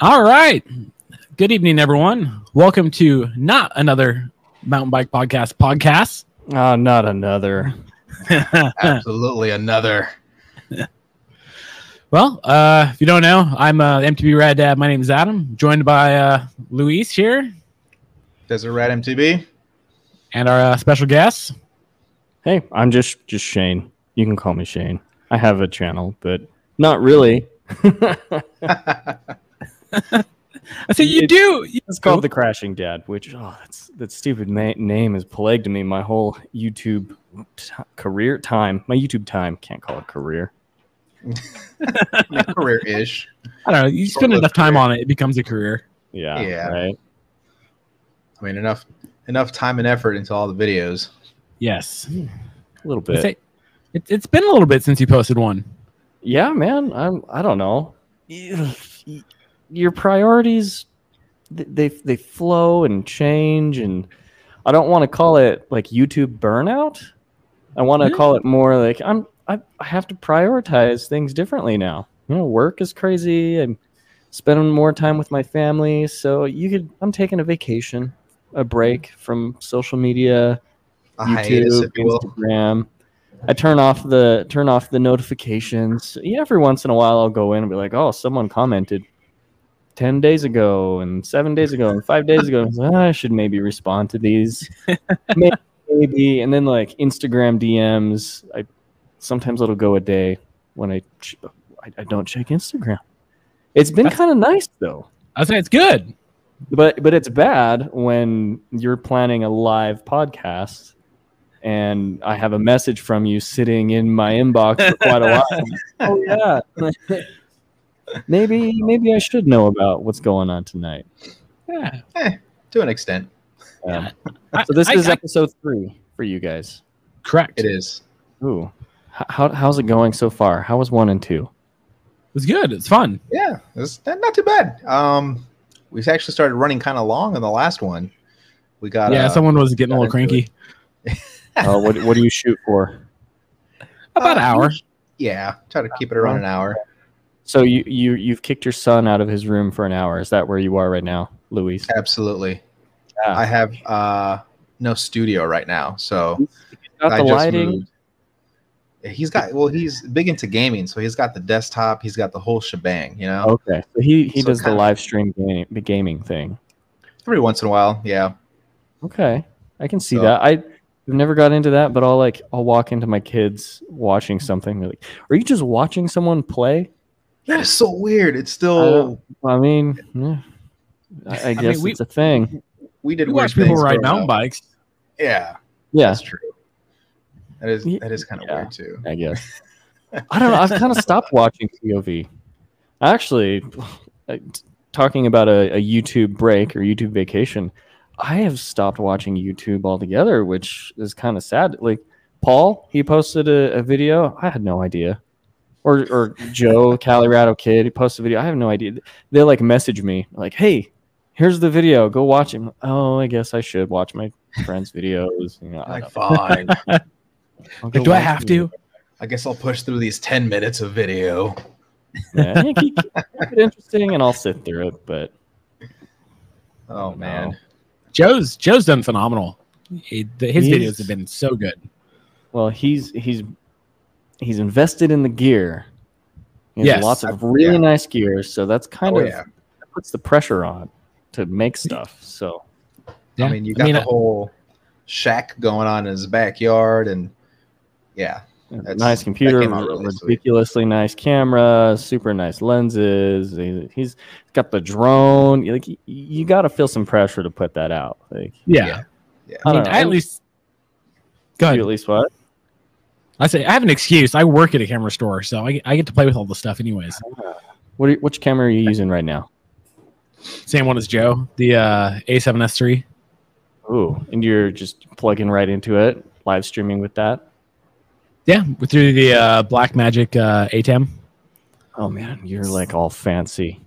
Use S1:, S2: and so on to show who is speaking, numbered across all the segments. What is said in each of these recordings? S1: All right. Good evening, everyone. Welcome to not another mountain bike podcast podcast.
S2: Oh, not another.
S3: Absolutely another.
S1: Well, uh, if you don't know, I'm uh, MTB Rad Dad. My name is Adam, joined by uh, Luis here
S3: Desert Rat MTB.
S1: and our uh, special guest.
S2: Hey, I'm just just Shane. You can call me Shane. I have a channel, but not really. it's
S1: I said, You
S2: It-
S1: do. It's
S2: called the Crashing Dad, which oh, that's that stupid ma- name has plagued me my whole YouTube t- career time. My YouTube time can't call it career.
S3: Career ish.
S1: I don't know. You spend
S3: Solo
S1: enough time
S3: career.
S1: on it, it becomes a career.
S2: Yeah,
S3: Yeah.
S2: right.
S3: I mean, enough enough time and effort into all the videos.
S1: Yes.
S2: A little bit.
S1: It's a- it, it's been a little bit since you posted one.
S2: yeah, man. I'm. I don't know. Your priorities, th- they they flow and change, and I don't want to call it like YouTube burnout. I want to
S1: Yeah.
S2: call it more like I'm. I, I have to prioritize things differently now. You know, work is crazy. I'm spending more time with my family, so you could. I'm taking a vacation, a break from social media,
S3: A hiatus,
S2: YouTube,
S3: if you will.
S2: Instagram. I turn off the turn off the notifications. Yeah, every once in a while I'll go in and be like, "Oh, someone commented 10 days ago and 7 days ago and 5 days ago. I was like, "Ah, I should maybe respond to these." maybe, maybe and then like Instagram DMs, I sometimes it'll go a day when I ch- I, I don't check Instagram. It's been
S1: That's-
S2: kind of nice though.
S1: I said, It's good.
S2: But but it's bad when you're planning a live podcast and I have a message from you sitting in my inbox for quite a while. oh yeah. maybe maybe I should know about what's going on tonight.
S1: Yeah.
S3: To an extent,
S2: Um,
S1: I-
S2: so this
S1: I-
S2: is
S1: I-
S2: episode 3 for you guys.
S1: correct.
S3: it
S1: It
S3: is.
S2: Ooh. H- How, how's it going so far? How was 1 and 2?
S1: was good. It's fun.
S3: Yeah, it's not, not too bad. Um, we've actually started running kind of long in the last one. We got
S1: yeah,
S3: uh,
S1: someone was getting a
S3: got
S1: little
S3: into
S1: cranky.
S2: Uh, what what do you shoot for?
S1: About an
S3: uh,
S1: hour.
S3: Yeah, try to keep it around an hour.
S2: So you you you've kicked your son out of his room for an hour. Is that where you are right now, Luis?
S3: Absolutely.
S2: Yeah.
S3: I have uh no studio right now, so
S2: Got
S3: I
S2: the
S3: just
S2: lighting.
S3: moved. He's got well, he's big into gaming, so he's got the desktop, he's got the whole shebang, you know.
S2: Okay, so he he
S3: So
S2: does the
S3: kinda-
S2: live stream game, the gaming thing.
S3: Every once in a while, yeah.
S2: Okay, I can see
S3: So-
S2: that. I I've never got into that, but I'll like I'll walk into my kids watching something. they're like, are you just watching someone play?
S3: That is so weird. It's still
S2: know. I mean, yeah, I, I guess
S1: we-
S2: it's a thing.
S3: we did
S1: You
S3: weird
S1: watch people
S3: things
S1: ride
S3: growing
S1: mountain
S3: up.
S1: bikes.
S3: Yeah,
S2: Yeah,
S3: that's true. That is
S2: Ye-
S3: that is kind of
S2: yeah.
S3: weird too.
S2: I guess. I don't know. I've kind of stopped watching POV. Actually, uh, t- talking about a, a YouTube break or YouTube vacation, I have stopped watching YouTube altogether, which is kind of sad. Like Paul, he posted a, a video. I had no idea. Or, or Joe, Colorado kid, he posted a video. I have no idea. They like message me like, "Hey, here's the video. Go watch it." Oh, I guess I should watch my friends' videos. You know, I
S3: Like
S2: don't-
S3: fine,
S2: I'll go
S1: Like, do I
S2: watch
S1: have
S2: it.
S1: to?
S3: I guess I'll push through these ten minutes of video.
S2: Yeah, keep, keep it interesting, and I'll sit through it. But
S3: Oh
S2: No.
S3: man,
S1: Joe's Joe's done phenomenal. He, the, his
S2: He's-
S1: videos have been so good.
S2: well, he's he's he's invested in the gear. He has
S1: Yes.
S2: lots of really
S3: yeah.
S2: nice gears, so that's kind
S3: Oh,
S2: of
S3: yeah.
S2: that puts the pressure on to make stuff. So
S1: Yeah.
S3: I mean, you got the whole shack going on in his backyard, and yeah,
S2: a
S3: That's-
S2: nice
S3: that
S2: computer,
S3: came out really sweet.
S2: ridiculously nice camera, super nice lenses. He, he's got the drone. Like you, you got to feel some pressure to put that out. Like
S1: yeah. Uh,
S3: Yeah. Yeah.
S1: I mean,
S2: don't
S1: I at
S2: know.
S1: least. Go
S2: you
S1: ahead.
S2: at least what?
S1: I say I have an excuse. I work at a camera store, so I, I get to play with all the stuff, anyways.
S2: What? Are, which camera are you using right now?
S1: Same one as Joe, the uh, A7S3.
S2: Ooh, and you're just plugging right into it, live streaming with that.
S1: Yeah, with- through the uh, Black Magic uh, ATEM.
S2: Oh man, you're like all fancy.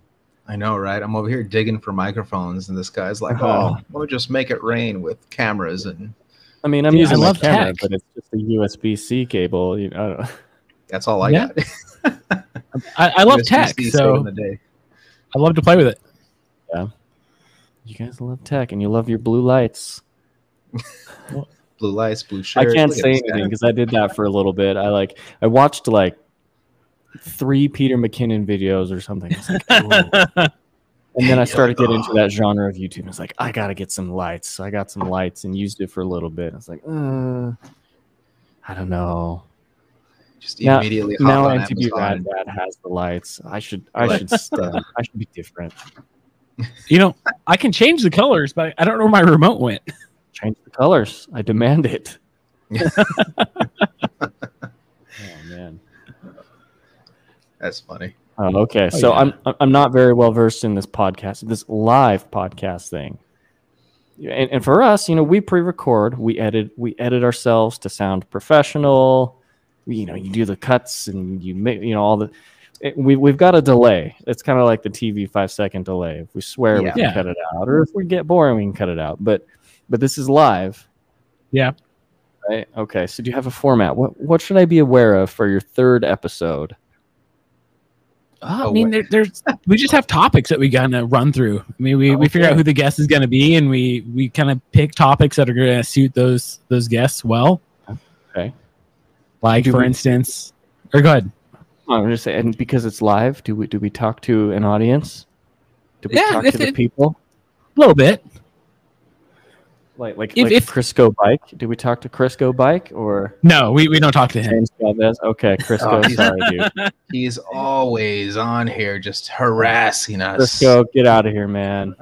S3: I know, right? I'm over here digging for microphones, and this guy's like,
S2: Uh-huh.
S3: "Oh, let me just make it rain with cameras." And
S2: I mean, I'm
S1: Yeah,
S2: using
S1: I
S2: my
S1: love
S2: camera,
S1: tech.
S2: but it's just a USB-C cable. You know, I don't know.
S3: that's all I
S1: Yeah.
S3: got.
S1: I, I love
S3: USB-C
S1: tech,
S3: saving
S1: so
S3: the day.
S1: I love to play with it.
S2: You guys love tech and you love your blue lights.
S3: Blue lights, blue shirt.
S2: I can't
S3: Look at
S2: say
S3: this guy.
S2: anything because I did that for a little bit. I like I watched like three Peter McKinnon videos or something. I was like, "Ooh." and then I started getting into that genre of YouTube. I was like, I gotta get some lights. So I got some lights and used it for a little bit. I was like, uh, I don't know.
S3: Just
S2: Now-
S3: immediately hop
S2: now
S3: on
S2: MTV Rad
S3: Amazon.
S2: Dad has the lights. I should I
S3: Like,
S2: should st- I should be different.
S1: You know, I can change the colors, but I don't know where my remote went.
S2: Change the colors. I demand it. oh man.
S3: That's funny.
S2: Oh, okay. so
S1: yeah.
S2: I'm I'm- I'm not very well versed in this podcast, this live podcast thing. Yeah, And, and for us, you know, we pre-record, we edit, we edit ourselves to sound professional. We, you know, you do the cuts and you make, you know, all the. it- we we've got a delay. It's kind of like the TV five second delay. If we swear, we
S3: Yeah.
S2: can
S1: Yeah.
S2: cut it out, or if we get boring, we can cut it out. But but this is live.
S1: Yeah.
S2: Right. Okay. So do you have a format? What what should I be aware of for your third episode?
S1: Uh, I
S3: Oh,
S1: mean, there,
S3: wait.
S1: there's we just have topics that we gotta run through. I mean, we, we figure out
S2: Okay.
S1: who the guest is gonna be, and we we kind of pick topics that are gonna suit those those guests well.
S2: Okay.
S1: Like
S2: Do
S1: for
S2: we-
S1: instance, or go ahead.
S2: I'm just saying, and because it's live, do we do we talk to an audience? Do we
S1: Yeah,
S2: talk
S1: if
S2: to the
S1: it-
S2: people?
S1: A little bit.
S2: Like like,
S1: If-
S2: like
S1: if-
S2: Crisco Bike? Do we talk to Crisco Bike or
S1: No, we, we don't talk to him.
S2: James Valdez? Okay, Crisco,
S3: Oh, he's-
S2: sorry, dude.
S3: He's always on here just harassing us.
S2: Crisco, get out of here, man.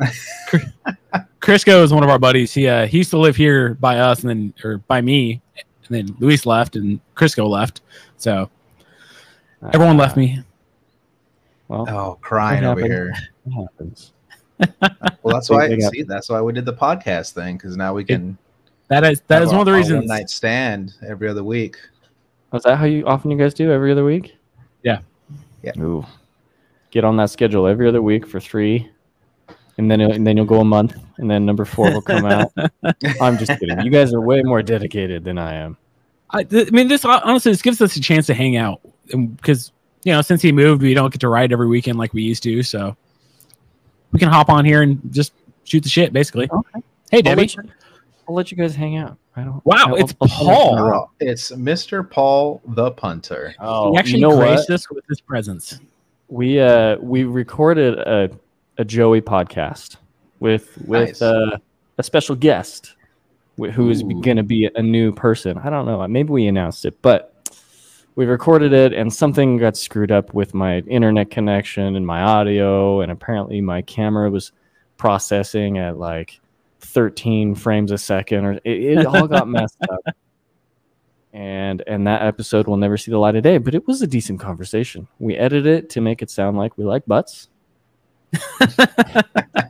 S1: Crisco is one of our buddies. He uh, he used to live here by us, and then or by me, and then Luis left, and Crisco left. So everyone left me.
S2: Well,
S3: Oh, crying
S2: What
S3: over
S2: happened?
S3: here.
S2: that happens.
S3: Well, that's
S2: They-
S3: why.
S2: they got-
S3: see, that's why we did the podcast thing because now we can.
S1: That is that is one of the
S3: One
S1: reasons.
S3: night stand every other week.
S2: Oh, Is that how you often you guys do every other week?
S1: Yeah.
S3: Yeah.
S2: Ooh. Get on that schedule every other week for three, and then and then you'll go a month, and then number four will come out. I'm just kidding. You guys are way more dedicated than I am.
S1: I, th- I mean, this honestly, this gives us a chance to hang out because you know, since he moved, we don't get to ride every weekend like we used to. So we can hop on here and just shoot the shit, basically.
S2: Okay.
S1: Hey,
S2: I'll
S1: Debbie.
S2: let, you, I'll let you guys hang out. I don't,
S1: Wow,
S2: I'll-
S1: it's
S2: I'll- I'll-
S1: Paul.
S3: Oh, it's Mr. Paul the punter.
S2: Oh,
S1: he actually
S2: you know
S1: graced
S2: what?
S1: us with his presence.
S2: We uh we recorded a a Joey podcast with with
S3: Nice.
S2: uh, a special guest wh- who is
S3: Ooh.
S2: going to be a new person. I don't know. Maybe we announced it, but we recorded it and something got screwed up with my internet connection and my audio and apparently my camera was processing at like 13 frames a second or it, it all got messed up and and that episode will never see the light of day but it was a decent conversation we edited it to make it sound like we like butts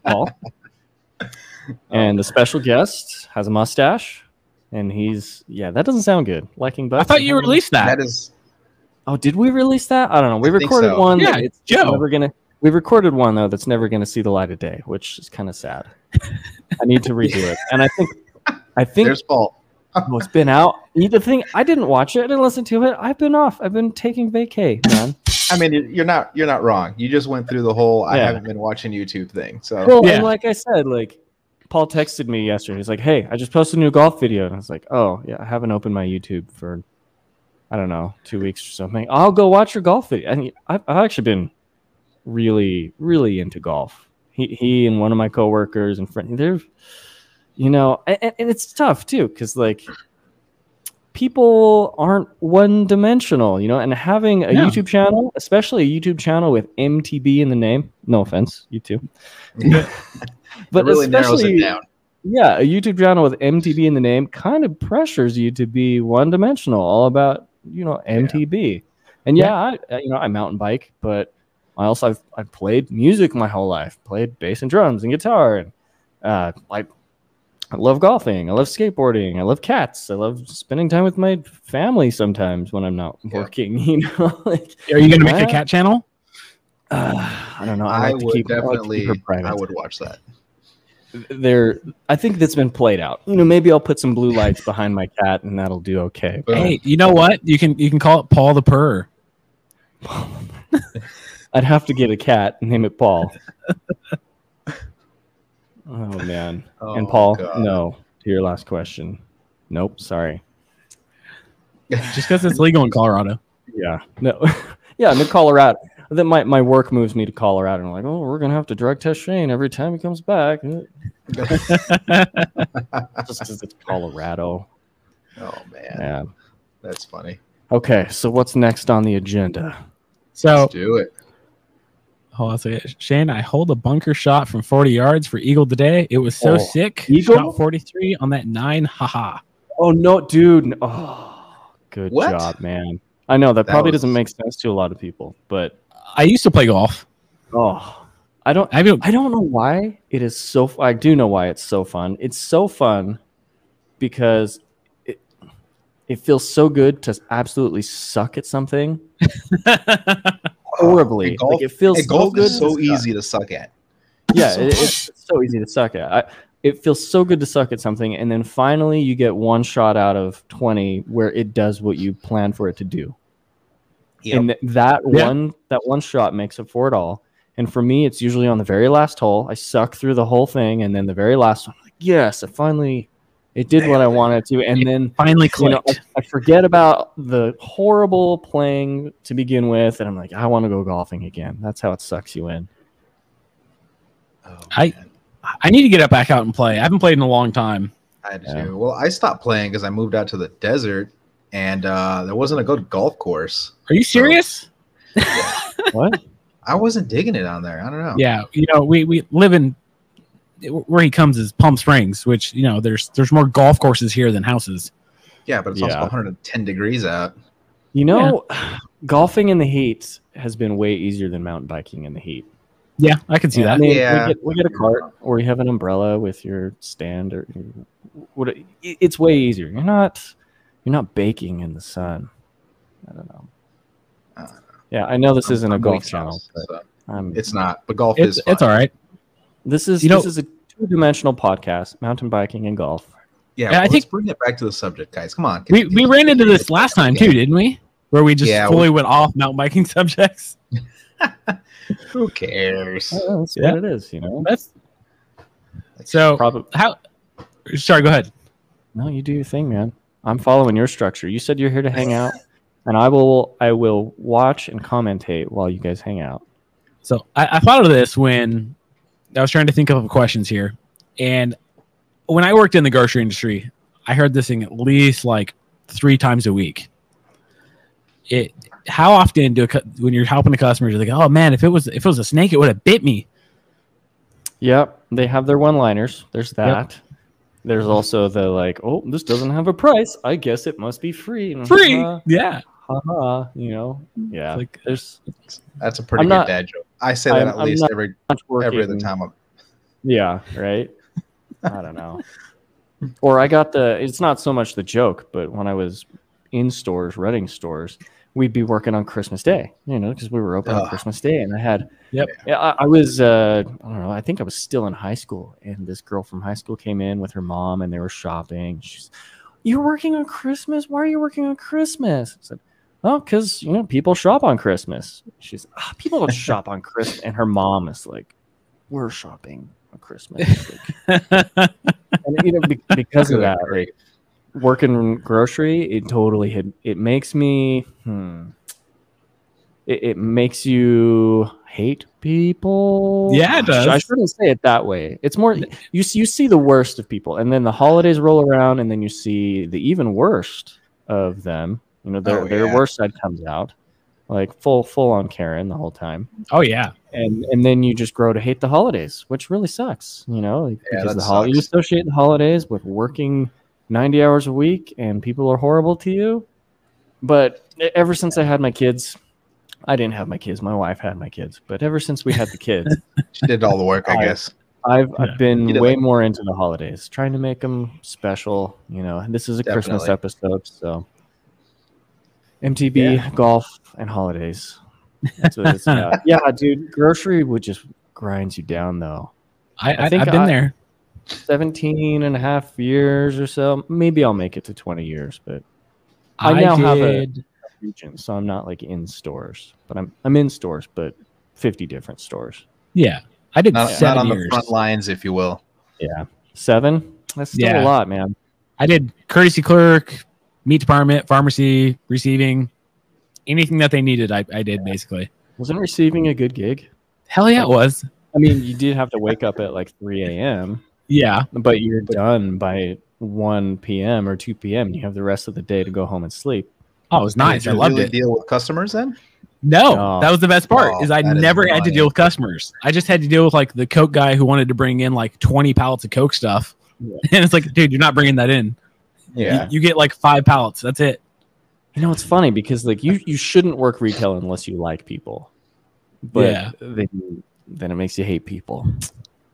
S2: Paul. and the special guest has a mustache and he's yeah that doesn't sound good liking
S1: I
S2: butts
S1: thought
S2: and
S1: you
S2: having a
S1: released that.
S3: That is
S2: Oh, did we release that? I don't know. We
S3: I think
S2: recorded
S3: so.
S2: one.
S1: Yeah,
S2: that it's
S1: Joe.
S2: Never gonna. We recorded one though that's never gonna see the light of day, which is kind of sad. I need to redo it, and I think I think
S3: there's Paul.
S2: oh, it's been out. The thing I didn't watch it. I didn't listen to it. I've been off. I've been taking vacay, man.
S3: I mean, you- you're not you're not wrong. You just went through the whole I
S2: Yeah.
S3: haven't been watching YouTube thing. So
S2: Well,
S1: Yeah.
S2: and like I said, like Paul texted me yesterday. He's like, "Hey, I just posted a new golf video," and I was like, "Oh yeah, I haven't opened my YouTube for." I don't know, two weeks or something. I'll go watch your golf video. And I've, I've actually been really, really into golf. He, he and one of my coworkers and friend, they're, you know, and, and and it's tough too because like people aren't one dimensional, you know. And having a
S1: Yeah.
S2: YouTube channel, especially a YouTube channel with MTB in the name, no offense, you too,
S3: Yeah.
S2: but
S3: it really narrows
S2: especially
S3: it down.
S2: yeah, a YouTube channel with MTB in the name kind of pressures you to be one dimensional, all about you know MTB. And yeah, I, you know I mountain bike, but I also I've, I've played music my whole life, played bass and drums and guitar, and uh, I I love golfing, I love skateboarding, I love cats, I love spending time with my family sometimes when I'm not
S3: Yeah.
S2: working. You know, like
S1: Are you going to make a
S2: What?
S1: cat channel?
S2: uh, I don't know. I,
S3: I,
S2: like to
S3: would
S2: keep, I like to keep
S3: definitely.
S2: her private
S3: I would watch that.
S2: there i think that's been played out you know maybe i'll put some blue lights behind my cat and that'll do okay
S3: Boom.
S1: Hey, you know what? You can you can call it Paul the Purr.
S2: i'd have to get a cat and name it paul Oh man.
S3: Oh,
S2: and Paul,
S3: God.
S2: no. To your last question. Nope. Sorry.
S1: Just because it's legal in Colorado.
S2: Yeah. No. yeah. I'm in Colorado. Then my, my work moves me to Colorado, and I'm like, oh, we're gonna have to drug test Shane every time he comes back, just because it's Colorado.
S3: Oh man,
S2: Yeah.
S3: that's funny.
S2: Okay. So what's next on the agenda?
S1: So
S3: Let's do it.
S1: hold on a second. Shane, I hold a bunker shot from 40 yards for Eagle today. It was so
S2: Oh,
S1: sick.
S2: Eagle?
S1: Shot 43 on that nine. Haha.
S2: Oh no, dude. n- Oh, good
S3: What?
S2: job, man. I know that,
S3: That
S2: probably
S3: was-
S2: doesn't make sense to a lot of people, but
S1: I used to play golf.
S2: oh, I don't.
S1: I mean,
S2: I don't know why it is so. I do know why it's so fun. It's so fun because it it feels so good to absolutely suck at something horribly.
S3: Hey, golf-
S2: like it feels
S3: Hey, golf
S2: so good.
S3: is so
S2: to suck.
S3: easy to suck at.
S2: Yeah,
S3: So
S2: it, it's so easy to suck at. I, it feels so good to suck at something, and then finally you get one shot out of twenty where it does what you planned for it to do.
S3: Yep.
S2: and th- that
S1: Yeah.
S2: one that one shot makes up for it all. And for me, it's usually on the very last hole. I suck through the whole thing, and then the very last one, I'm like, yes, I finally it did what I wanted to. And then
S1: finally
S2: you know,
S1: clicked.
S2: I, I forget about the horrible playing to begin with, and I'm like, I want to go golfing again. That's how it sucks you in.
S3: Oh,
S1: I-
S3: man,
S1: I need to get up back out and play. I haven't played in a long time.
S3: I do.
S2: Yeah.
S3: too. Well, I stopped playing because I moved out to the desert, and uh, there wasn't a good golf course.
S1: Are you serious?
S2: What?
S3: I wasn't digging it on there. I don't know.
S1: Yeah. You know, we, we live in where he comes is Palm Springs, which, you know, there's there's more golf courses here than houses.
S3: Yeah, but it's
S2: Yeah.
S3: also 110 degrees out.
S2: you know, golfing in the heat has been way easier than mountain biking in the heat.
S1: Yeah, I can see
S2: Yeah, I
S1: that.
S2: mean,
S3: Yeah.
S2: we, get, we get a cart or you have an umbrella with your stand or your- what it- it's way easier. You're not you're not baking in the sun. I don't know.
S3: I don't know.
S2: Yeah, I know this isn't a
S3: I'm
S2: golf
S3: weak
S2: channel,
S3: sauce,
S2: but
S3: so
S2: I'm,
S3: it's not. But golf
S1: It's,
S3: is. Fun.
S1: it's all right.
S2: this is
S1: you know-
S2: this is a two-dimensional podcast: mountain biking and golf.
S3: Yeah,
S1: Yeah, I
S3: well, let's
S1: think-
S3: bring it back to the subject, guys. Come on.
S1: We, we ran into this last time too, didn't we? Where we just
S3: Yeah,
S1: fully went off mountain biking subjects.
S3: Who cares?
S2: Oh, that's
S1: Yeah.
S2: what it is, you know.
S1: That's so
S2: Probably
S1: how. Sorry, go ahead.
S2: no, you do your thing, man. I'm following your structure. You said you're here to hang out, and I will I will watch and commentate while you guys hang out.
S1: So I, I thought of this when I was trying to think of questions here, and when I worked in the grocery industry, I heard this thing at least like three times a week. It how often do a, cu- when you're helping the customers, you're like, oh man, if it was if it was a snake, it would have bit me.
S2: Yep, they have their one-liners. There's that. There's also the like, oh, this doesn't have a price. I guess it must be free.
S1: Free,
S2: Ha,
S1: yeah.
S2: ha, ha, you know. Uh-huh. Yeah.
S1: Like
S2: there's
S3: That's a pretty
S2: I'm
S3: good
S2: not-
S3: dad joke. I say that
S2: I'm-
S3: at
S2: I'm
S3: least
S2: not
S3: every
S2: much working.
S3: every other time. I'm,
S2: Yeah. Right. I don't know. or I got the. It's not so much the joke, but when I was in stores, running stores, we'd be working on Christmas Day. You know, because we were open on
S3: Ugh.
S2: Christmas Day, and I had.
S1: Yep.
S2: Yeah, I, I was. Uh, I don't know. I think I was still in high school, and this girl from high school came in with her mom, and they were shopping. She's, "You're working on Christmas? Why are you working on Christmas?" I said. Oh, because you know people shop on Christmas. She's ah, people don't shop on Christmas, and her mom is like, "We're shopping on Christmas." Like, and you know, be- because of
S3: Good
S2: that,
S3: grief.
S2: like, working in grocery, it totally hit. It makes me, hmm, it, it makes you hate people.
S1: Yeah, it
S2: Gosh, I
S1: does.
S2: shouldn't say it that way. It's more you see you see the worst of people, and then the holidays roll around, and then you see the even worst of them. You know, their
S3: Oh,
S2: their
S3: yeah.
S2: worst side comes out, like full full on Karen the whole time
S1: oh yeah.
S2: and and then you just grow to hate the holidays, which really sucks, you know, like,
S3: Yeah,
S2: because
S3: that
S2: the hol- you
S3: sucks.
S2: associate the holidays with working 90 hours a week and people are horrible to you. But e- ever since I had my kids, I didn't have my kids, my wife had my kids, but ever since we had the kids,
S3: she did all the work, I
S2: I-
S3: guess.
S2: I've
S1: Yeah.
S2: I've been
S3: You did,
S2: way
S3: like-
S2: more into the holidays, trying to make them special, you know. and This is a Christmas episode, so MTB, golf and holidays. That's what it's about. yeah, dude, grocery would just grinds you down though.
S1: I, I,
S2: think
S1: I've been
S2: I-
S1: there.
S2: 17 and a half years or so. Maybe I'll make it to 20 years, but I now have a- region. So I'm not like in stores, but I'm I'm in stores, but 50 different stores.
S1: yeah. I did
S3: Not, not
S1: seven
S3: on the
S1: years.
S3: front lines, if you will.
S2: Yeah. Seven? That's still
S1: Yeah.
S2: a lot, man.
S1: I did courtesy clerk, meat department, pharmacy, receiving, anything that they needed. I, I did basically.
S2: Wasn't receiving a good gig?
S1: Hell yeah, it was.
S2: I mean, you did have to wake up at like 3 a.m.,
S1: Yeah,
S2: but you're done by 1 p.m. or 2 p.m. You have the rest of the day to go home and sleep.
S1: oh, it was nice.
S3: Did
S1: I
S3: you
S1: loved
S3: really
S1: it.
S3: Deal with customers then.
S1: No,
S2: No.
S1: that was the best part.
S3: Oh,
S1: is I
S3: that is
S1: never had to
S3: annoying.
S1: deal with customers. I just had to deal with like the Coke guy who wanted to bring in like twenty pallets of Coke stuff,
S2: Yeah.
S1: and it's like, dude, you're not bringing that in. You- you, get like five pallets. That's it.
S2: You know, it's funny because like you, you shouldn't work retail unless you like people. But
S1: Yeah.
S2: then, then it makes you hate people.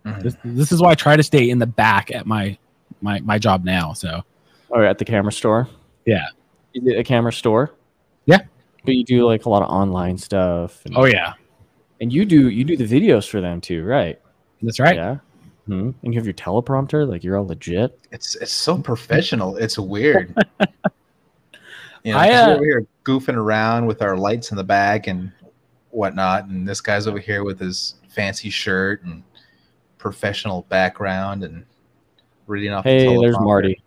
S3: Mhm.
S1: This, this is why I try to stay in the back at my my my job now. So
S2: Or at the camera store.
S1: Yeah.
S2: Is it a camera store?
S1: Yeah.
S2: But you do like a lot of online stuff. And,
S1: oh yeah,
S2: and you do you do the videos for them too, right?
S1: that's right.
S2: Yeah. Mhm. And you have your teleprompter, like you're all legit.
S3: It's it's so professional. It's weird. you know,
S1: I,
S3: 'cause
S1: uh,
S3: we're over here goofing around with our lights in the back and whatnot, and this guy's over here with his fancy shirt and professional background and reading off. the
S2: Hey, there's
S3: teleprompter.
S2: Marty.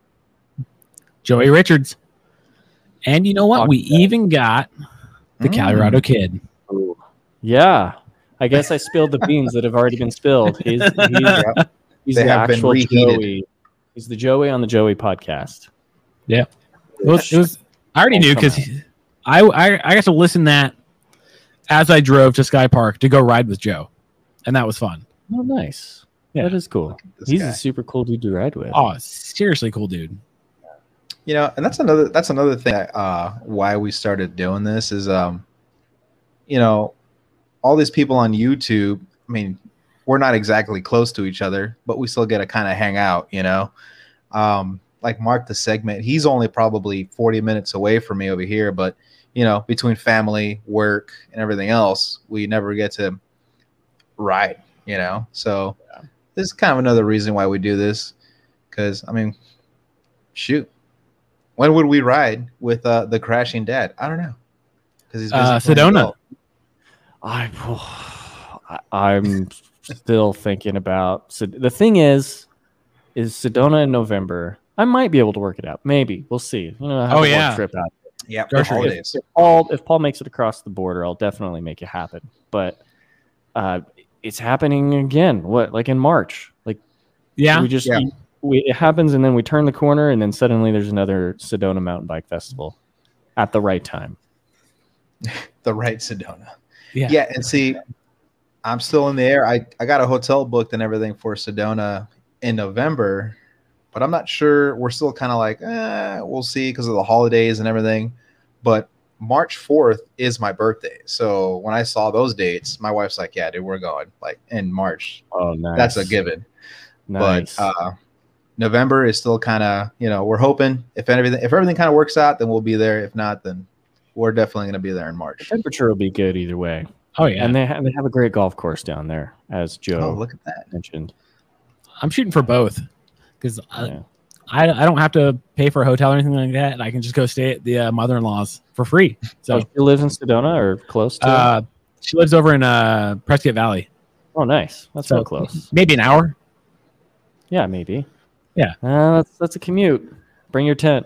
S1: Joey Richards, and you know what?
S2: Fuck
S1: We even got the
S3: Mm.
S1: Colorado Kid.
S2: Yeah. I guess I spilled the beans that have already been spilled. He's he's,
S3: Yep.
S2: he's
S3: They
S2: the
S3: have been
S2: actual
S3: reheated.
S2: Joey. He's the Joey on the Joey podcast.
S1: Yeah. It was, it was- I already knew because I, I I got to listen that as I drove to Sky Park to go ride with Joe, and that was fun.
S2: Oh, nice.
S1: Yeah.
S2: That is cool.
S3: Look at this
S2: He's
S3: guy.
S2: a super cool dude to ride with.
S1: Oh, seriously, cool dude.
S3: you know and that's another that's another thing uh why we started doing this is um you know all these people on youtube i mean we're not exactly close to each other but we still get to kind of hang out you know um like mark the segment he's only probably 40 minutes away from me over here but you know between family work and everything else we never get to ride you know so this is kind of another reason why we do this because i mean shoot when would we ride with uh, the crashing dad? I don't know. Because he's
S1: Uh,
S3: busy playing
S1: Sedona.
S3: golf.
S2: I, I am still thinking about. So the thing is, is Sedona in November. I might be able to work it out. Maybe we'll see. You know, I have
S1: Oh,
S2: a work
S1: yeah.
S2: trip out.
S3: Yeah,
S1: Grocery.
S3: the holidays.
S2: If Paul, if Paul makes it across the border, I'll definitely make it happen. But uh, it's happening again. What like in March? Like
S1: Yeah,
S2: we just
S3: Yeah.
S2: we, it happens, and then we turn the corner, and then suddenly there's another Sedona Mountain Bike Festival at the right time.
S3: The right Sedona.
S1: Yeah.
S3: Yeah. and see, I'm still in the air. I, I got a hotel booked and everything for Sedona in November, but I'm not sure. We're still kind of like, eh, we'll see because of the holidays and everything. But March 4th is my birthday. So when I saw those dates, my wife's like, yeah, dude, we're going like in March.
S2: Oh, nice.
S3: That's a given.
S2: Nice.
S3: but uh, November is still kind of you know we're hoping if everything if everything kind of works out then we'll be there if not then we're definitely going to be there in March.
S2: temperature will be good either way.
S1: oh yeah.
S2: And they have, they have a great golf course down there, as
S3: Oh,
S2: Joe
S3: look at that!
S2: mentioned.
S1: I'm shooting for both because I,
S2: Yeah.
S1: I I don't have to pay for a hotel or anything like that, and I can just go stay at the uh, mother-in-law's for free.
S2: So
S1: So
S2: she lives in Sedona or close to. it?
S1: uh, she lives over in uh, Prescott Valley,
S2: oh, nice. That's so
S1: so-
S2: close.
S1: maybe an hour.
S2: Yeah, maybe.
S1: Yeah.
S2: Uh, that's that's a commute. Bring your tent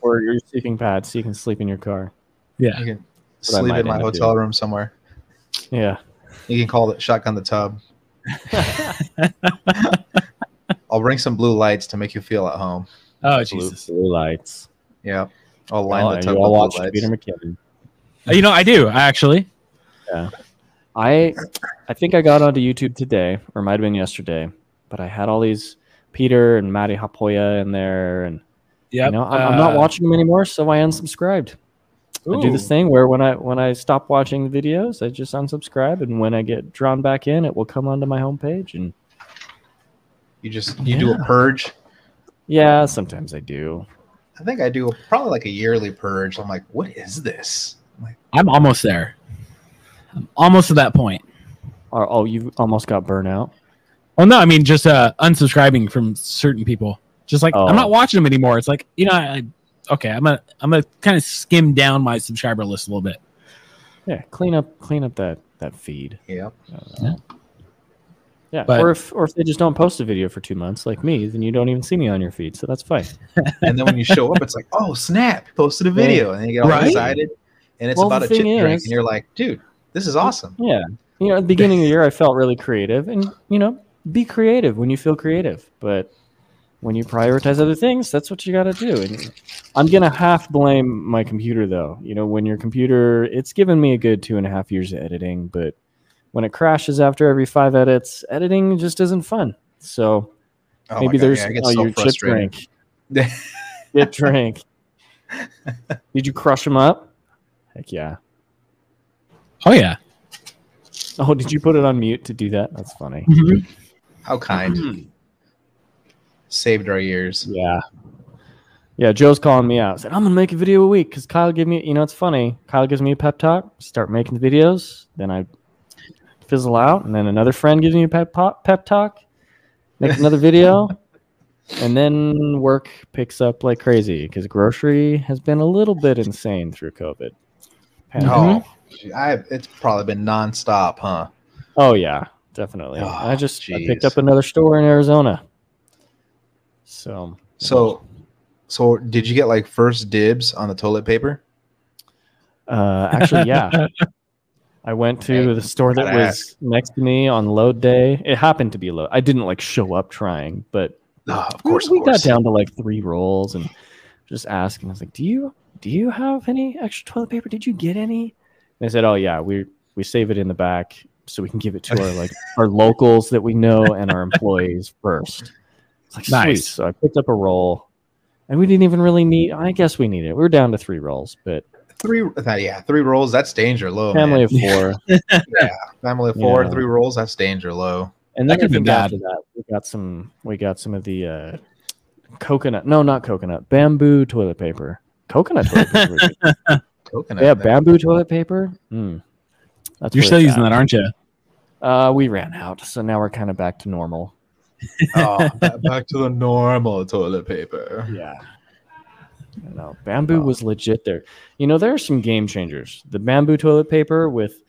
S2: or your sleeping pad so you can sleep in your car.
S1: yeah,
S3: You can
S2: what I
S3: sleep
S2: might
S3: in my
S2: end up
S3: hotel room somewhere.
S2: Yeah.
S3: You can call it shotgun the tub. I'll bring some blue lights to make you feel at home.
S1: oh
S2: Blue,
S1: Jesus.
S2: blue lights.
S3: Yeah, I'll line
S2: Oh,
S3: the
S2: and
S3: tub
S2: you
S3: with
S2: all
S3: blue
S2: watch
S3: lights.
S2: Peter McKinnon.
S1: Uh, You know, I do actually.
S2: I I think I got onto YouTube today, or might have been yesterday, but I had all these Peter and Matty Hapoya in there, and
S1: Yeah,
S2: you know I'm, I'm
S1: Uh,
S2: not watching them anymore, so I unsubscribed. I do this thing where when I when I stop watching the videos, I just unsubscribe, and when I get drawn back in, it will come onto my homepage. And
S3: You just you do a purge.
S2: yeah, sometimes I do.
S3: I think I do a, probably like a yearly purge. I'm like, what is this? I'm like,
S1: I'm almost there. I'm almost to that point.
S2: Or, oh, you almost got burnout.
S1: Well, no, I mean just uh, unsubscribing from certain people. Just like
S2: Oh.
S1: I'm not watching them anymore. It's like you know, I, I- okay, I'm gonna I'm gonna kind of skim down my subscriber list a little bit.
S2: Yeah, clean up clean up that that feed.
S3: yep.
S2: I don't know. Yeah,
S1: But-
S2: or if or if they just don't post a video for two months, like me, then you don't even see me on your feed, so that's fine.
S3: and then when you show up, it's like, oh snap, you posted a video, and you get all
S1: Right?
S3: excited, and it's
S2: Well,
S3: about
S2: the
S3: a chip
S2: thing
S3: drink,
S2: is-
S3: and you're like, dude, this is awesome.
S2: Yeah, you know, at the beginning of the year, I felt really creative, and you know, be creative when you feel creative, but when you prioritize other things, that's what you got to do. And I'm gonna half blame my computer, though. You know, when your computer, it's given me a good two and a half years of editing, but when it crashes after every five edits, editing just isn't fun. So
S3: Oh my
S2: maybe
S3: God,
S2: there's
S3: yeah, I get
S2: oh,
S3: so
S2: your chip
S3: frustrated.
S2: drink. Get drink. Did you crush them up? Heck yeah.
S1: Oh yeah.
S2: Oh, did you put it on mute to do that? That's funny.
S1: Mm-hmm.
S3: How kind. Saved our ears.
S2: Yeah. Yeah, Joe's calling me out. Said, I'm gonna make a video a week because Kyle gave me you know it's funny. Kyle gives me a pep talk, start making the videos, then I fizzle out, and then another friend gives me a pep pop, pep talk, make another video, and then work picks up like crazy because grocery has been a little bit insane through COVID. Mm-hmm.
S3: Oh, I, it's probably been nonstop, huh?
S2: Oh yeah, definitely. I
S3: Oh,
S2: just I picked
S3: jeez.
S2: up another store in Arizona. So
S3: So, so did you get like first dibs on the toilet paper?
S2: uh, actually, yeah, I went to
S3: Okay,
S2: the store that
S3: gotta
S2: was
S3: ask.
S2: next to me on load day. It happened to be low. I didn't like show up trying, but
S3: Ah, of course,
S2: we
S3: of
S2: got
S3: course.
S2: down to like three rolls and just asking. I was like, "Do you do you have any extra toilet paper? Did you get any?" And they said, "Oh yeah, we we save it in the back so we can give it to our like our locals that we know and our employees first. It's like sweet.
S1: Nice.
S2: So I picked up a roll, and we didn't even really need. I guess we needed it. We were down to three rolls, but
S3: Three, uh, yeah, three rolls. That's danger low.
S2: family
S3: Oh, man.
S2: of four.
S3: family of four,
S2: Yeah.
S3: three rolls. That's danger low.
S2: And
S1: That
S2: then I
S1: could've been
S2: think
S1: bad.
S2: after that, we got some. We got some of the uh, coconut. No, not coconut. Bamboo toilet paper. Coconut toilet paper. would be
S3: Coconut.
S2: Yeah,
S3: man.
S2: bamboo toilet paper. Hmm. That's
S1: You're
S2: where
S1: still
S2: it's
S1: using
S2: at.
S1: that, aren't you?
S2: Uh, we ran out, so now we're kind of back to normal.
S3: oh, ba- back to the normal toilet paper.
S2: Yeah. No, bamboo was legit there. You know, there are some game changers. The bamboo toilet paper with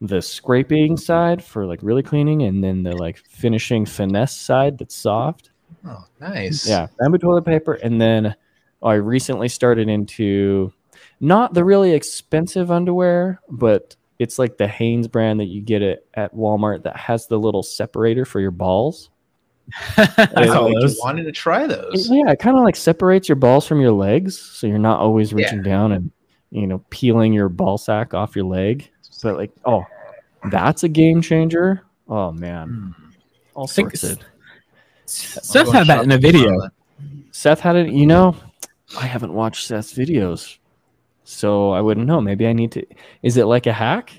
S2: the scraping side for like really cleaning, and then the like finishing finesse side that's soft.
S3: Oh, nice.
S2: Yeah, bamboo toilet paper, and then I recently started into not the really expensive underwear, but it's like the Hanes brand that you get it at Walmart that has the little separator for your balls.
S1: I
S2: Yeah,
S1: saw
S3: like, you
S1: those.
S3: wanted to try those.
S2: Yeah, it kind of like separates your balls from your legs, so you're not always reaching down and you know peeling your ball sack off your leg. But like, oh, that's a game changer. Oh man,
S3: Hmm.
S2: all
S1: Think-
S2: sorts of.
S1: Seth
S3: I'll go
S1: had that in a
S3: shopping
S1: video.
S3: tomorrow.
S2: Seth had it. You know, I haven't watched Seth's videos, so I wouldn't know. Maybe I need to. Is it like a hack?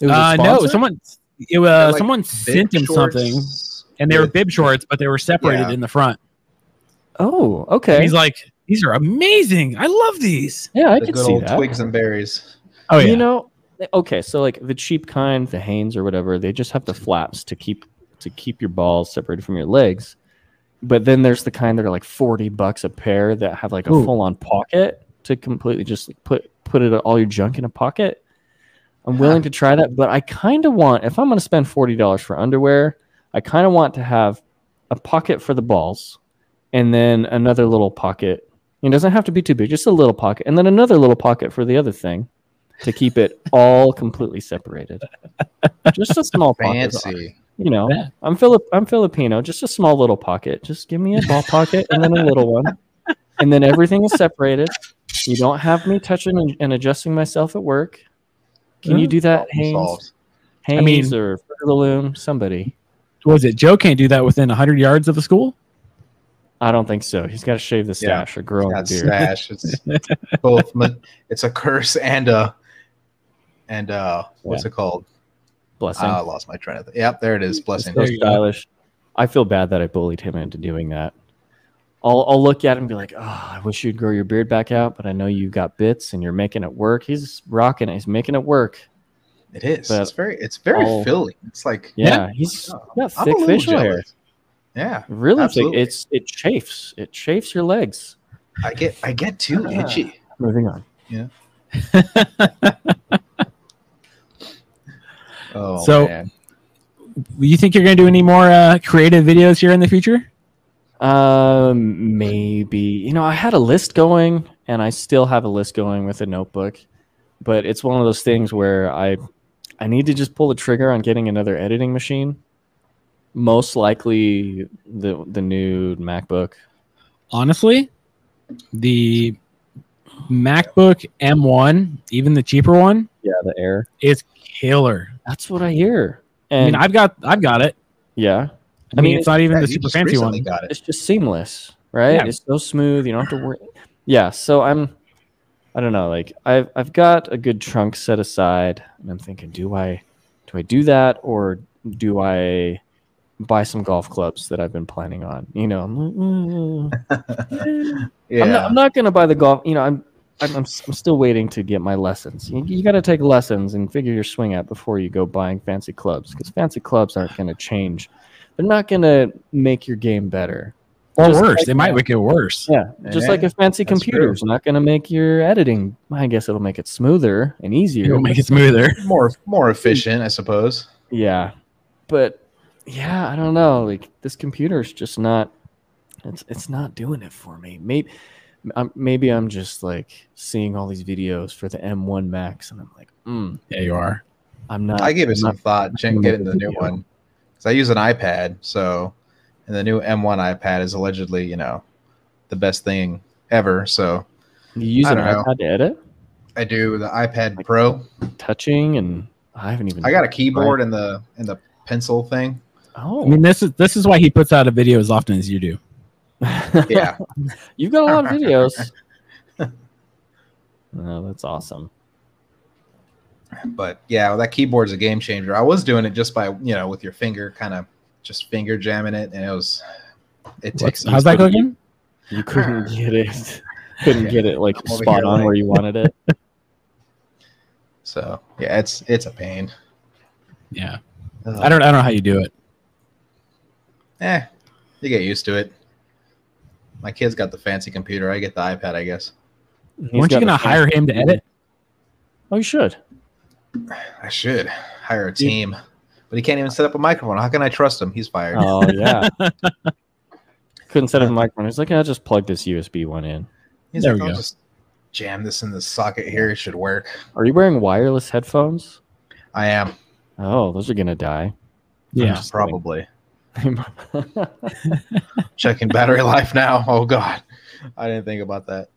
S2: It was a
S1: Uh, no,
S2: sponsor?
S1: someone it, uh,
S3: like,
S1: someone
S3: Bib
S1: sent him
S3: shorts
S1: something, and they were
S3: with-
S1: bib shorts, but they were separated
S3: Yeah.
S1: in the front.
S2: Oh,
S1: And
S2: okay.
S1: he's like, "These are amazing. I love these."
S2: yeah, I
S3: the
S2: could
S3: good
S2: see
S3: old
S2: that.
S3: twigs and berries.
S1: Oh yeah,
S2: You know, okay. So like the cheap kind, the Hanes or whatever, they just have the flaps to keep to keep your balls separated from your legs. But then there's the kind that are like forty bucks a pair that have like a
S1: Ooh.
S2: full on pocket to completely just put put it all your junk in a pocket. I'm willing to try that, but I kind of want if I'm going to spend forty dollars for underwear, I kind of want to have a pocket for the balls, and then another little pocket. It doesn't have to be too big, just a little pocket, and then another little pocket for the other thing to keep it all completely separated. Just a small pocket.
S3: Fancy.
S2: You know,
S1: Yeah.
S2: I'm Filip I'm Filipino, just a small little pocket. Just give me a ball pocket and then a little one. And then everything is separated. You don't have me touching and, and adjusting myself at work. Can you do that, Haynes?
S3: Solved.
S2: Haynes
S1: Hmm. I mean-
S2: or Fruit of the Loom, somebody.
S1: What was it Joe can't do that within hundred yards of the school?
S2: I don't think so. He's got to shave the
S3: Yeah.
S2: stash or grow a
S3: That
S2: beard.
S3: stash. It's both. ma- It's a curse and a and uh, what's it called?
S2: Blessing.
S3: Ah, I lost my train of thought. Yep, there it is.
S2: It's
S3: Blessing.
S2: so
S1: There you go.
S2: stylish. I feel bad that I bullied him into doing that. I'll, I'll look at him and be like, oh, I wish you'd grow your beard back out, but I know you got bits and you're making it work. He's rocking it. He's making it work.
S3: It is.
S2: But
S3: It's very. It's very
S2: I'll-
S3: filling. It's like
S2: Yeah, he's
S3: Oh,
S2: got
S3: I'm a
S2: thick
S3: little
S2: facial hair.
S3: jealous. Yeah,
S2: Really
S3: Absolutely.
S2: thick. It's it chafes. It chafes your legs.
S3: I get. I get too
S2: Ah.
S3: itchy.
S2: Moving on.
S3: Oh
S1: So-
S3: Oh, man.
S1: you think you're going to do any more uh, creative videos here in the future?
S2: Um, maybe you know I had a list going, and I still have a list going with a notebook, but it's one of those things where I I need to just pull the trigger on getting another editing machine. Most likely the the new MacBook.
S1: Honestly, the MacBook M1, even the cheaper one,
S2: Yeah, the Air.
S1: is killer.
S2: That's what I hear.
S1: I
S2: And
S1: mean, I've got I've got it.
S2: yeah,
S1: I, mean, it's not even
S3: Yeah,
S1: the
S3: you
S1: super
S3: just
S1: fancy
S3: recently
S1: one.
S3: Got it.
S2: it's just seamless, right?
S1: Yeah.
S2: It's so smooth. You don't have to worry. Yeah. So I'm, I don't know. Like I've I've got a good chunk set aside, and I'm thinking, do I, do I do that or do I buy some golf clubs that I've been planning on? You know, I'm like, mm,
S3: Yeah.
S2: I'm not, I'm not gonna buy the golf. You know, I'm. I'm, I'm, s- I'm still waiting to get my lessons. You, you got to take lessons and figure your swing out before you go buying fancy clubs because fancy clubs aren't going to change. They're not going to make your game better.
S1: Or
S2: Just
S1: worse,
S2: like
S1: they might
S2: that.
S1: make it worse.
S2: Yeah, just like
S3: Yeah,
S2: a fancy
S3: that's
S2: computer is not going to make your editing. I guess it'll make it smoother and easier.
S1: It'll make it smoother.
S3: more more efficient, I suppose.
S2: yeah, but yeah, I don't know. Like this computer is just not. It's it's not doing it for me. Maybe I'm, maybe I'm just like seeing all these videos for the M1 Max, and I'm like, mm,
S1: Yeah, you are.
S2: I'm not.
S3: I gave
S2: I'm
S3: it some
S2: not-
S3: thought. Jen,
S2: not
S3: getting the
S2: making
S3: new
S2: video.
S3: one because I use an iPad. So, and the new M1 iPad is allegedly, you know, the best thing ever. So
S2: You use
S3: I
S2: an
S3: don't know.
S2: iPad to edit,
S3: I do the iPad Pro.
S2: touching, and I haven't even.
S3: I got a keyboard and the and the pencil thing.
S2: Oh,
S1: I mean, this is this is why he puts out a video as often as you do.
S3: Yeah,
S2: You've got a lot of videos. oh, that's awesome.
S3: but yeah, that keyboard's a game changer. I was doing it just by you know with your finger, kind of just finger jamming it, and it was. It takes.
S1: How's that cooking?
S2: You couldn't get it. Couldn't
S3: Yeah.
S2: get it like
S3: I'm over
S2: spot
S3: here,
S2: on
S3: like-
S2: where you wanted it.
S3: So yeah, it's it's a pain.
S1: Yeah,
S3: Ugh.
S1: I don't I don't know how you do it.
S3: Eh, you get used to it. My kid's got the fancy computer. I get the iPad, I guess.
S2: He's
S1: Weren't you
S2: got a
S1: gonna
S2: fan-
S1: hire him to edit?
S2: Oh, you should.
S3: I should hire a team, but he can't even set up a microphone. How can I trust him? He's fired.
S2: Oh yeah. couldn't set up
S3: Uh,
S2: a microphone. He's like, I just plugged this USB one in.
S3: He's
S1: there
S3: like,
S1: we
S3: I'll
S1: go.
S3: just jam this in the socket here. It should work.
S2: Are you wearing wireless headphones?
S3: I am
S2: Oh, those are gonna die.
S1: Yeah,
S2: just
S3: probably checking battery life now. Oh God, I didn't think about that.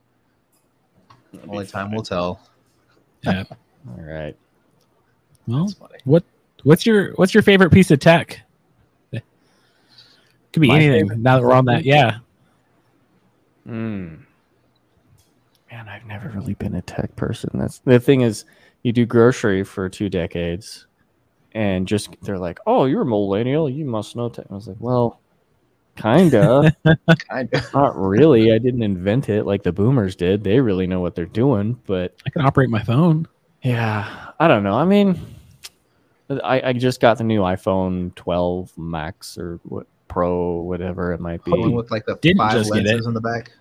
S3: Only time will tell.
S1: yeah.
S2: All right.
S1: Well,
S3: That's funny.
S1: what's your what's your favorite piece of tech? Could be
S2: My
S1: anything.
S2: favorite
S1: Now that we're on that, yeah.
S2: Hmm. Man, I've never really been a tech person. That's the thing is, you do grocery for two decades, and just they're like, "Oh, you're a millennial. You must know tech." I was like, "Well, kinda,
S3: Kind of.
S2: not really. I didn't invent it like the boomers did. They really know what they're doing." But
S1: I can operate my phone.
S2: yeah, I don't know. I mean, I, I just got the new iPhone 12 Max or what Pro, whatever it might be.
S3: The one with like the
S1: Didn't
S3: five
S1: just get
S3: lenses in the back.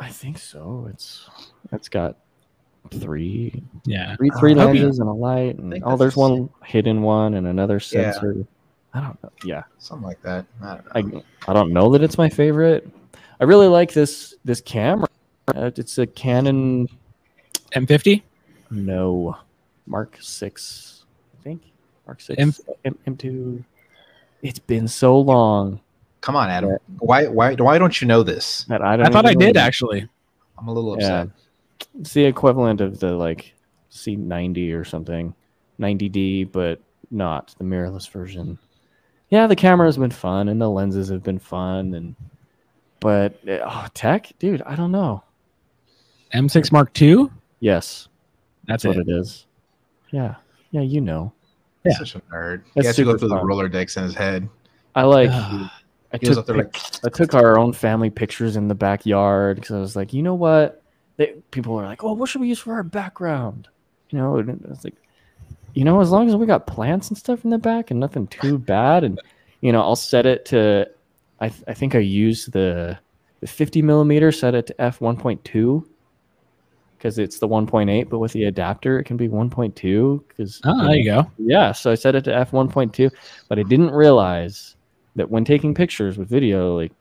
S2: I think so. It's it's got three
S1: Yeah.
S2: three three
S3: Oh, I hope you-
S2: lenses and a light and
S3: think
S2: oh
S3: that's
S2: there's
S3: the
S2: one hidden one and another
S3: Yeah.
S2: sensor i don't know yeah
S3: Something like that. I don't know.
S2: I, I don't know that it's my favorite i really like this this camera Uh, it's a canon
S1: M50.
S2: no mark 6 i think mark 6
S1: M-
S2: M- m2 it's been so long
S3: Come on, Adam. Why why why don't you know this?
S2: that i don't
S1: I thought I
S2: even
S1: did
S2: know.
S1: actually.
S3: I'm a little
S2: Yeah.
S3: upset.
S2: it's the equivalent of the like C90 or something, 90D, but not the mirrorless version. Yeah, the camera's been fun and the lenses have been fun, and but eh, oh, tech, dude, I don't know.
S1: M6 Mark II.
S2: Yes,
S1: That's
S2: that's what
S1: it.
S2: it is. Yeah, yeah, you know.
S1: Yeah.
S3: Such a nerd.
S2: That's
S3: he has to go
S2: super
S3: through the
S2: fun.
S3: roller decks in his head.
S2: I like.
S1: Ah,
S2: I
S3: He was
S2: took
S3: up there like,
S2: I took our own family pictures in the backyard because I was like, you know what? They, people were like, oh, what should we use for our background? You know, and I was like, you know, as long as we got plants and stuff in the back and nothing too bad, and you know, I'll set it to, I, th- I think I used the the 50 millimeter, set it to f 1.2 because it's the 1.8, but with the adapter, it can be 1.2. Because
S3: Ah,
S1: Oh, there you go.
S2: yeah, so I set it to f 1.2, but I didn't realize that when taking pictures with video, like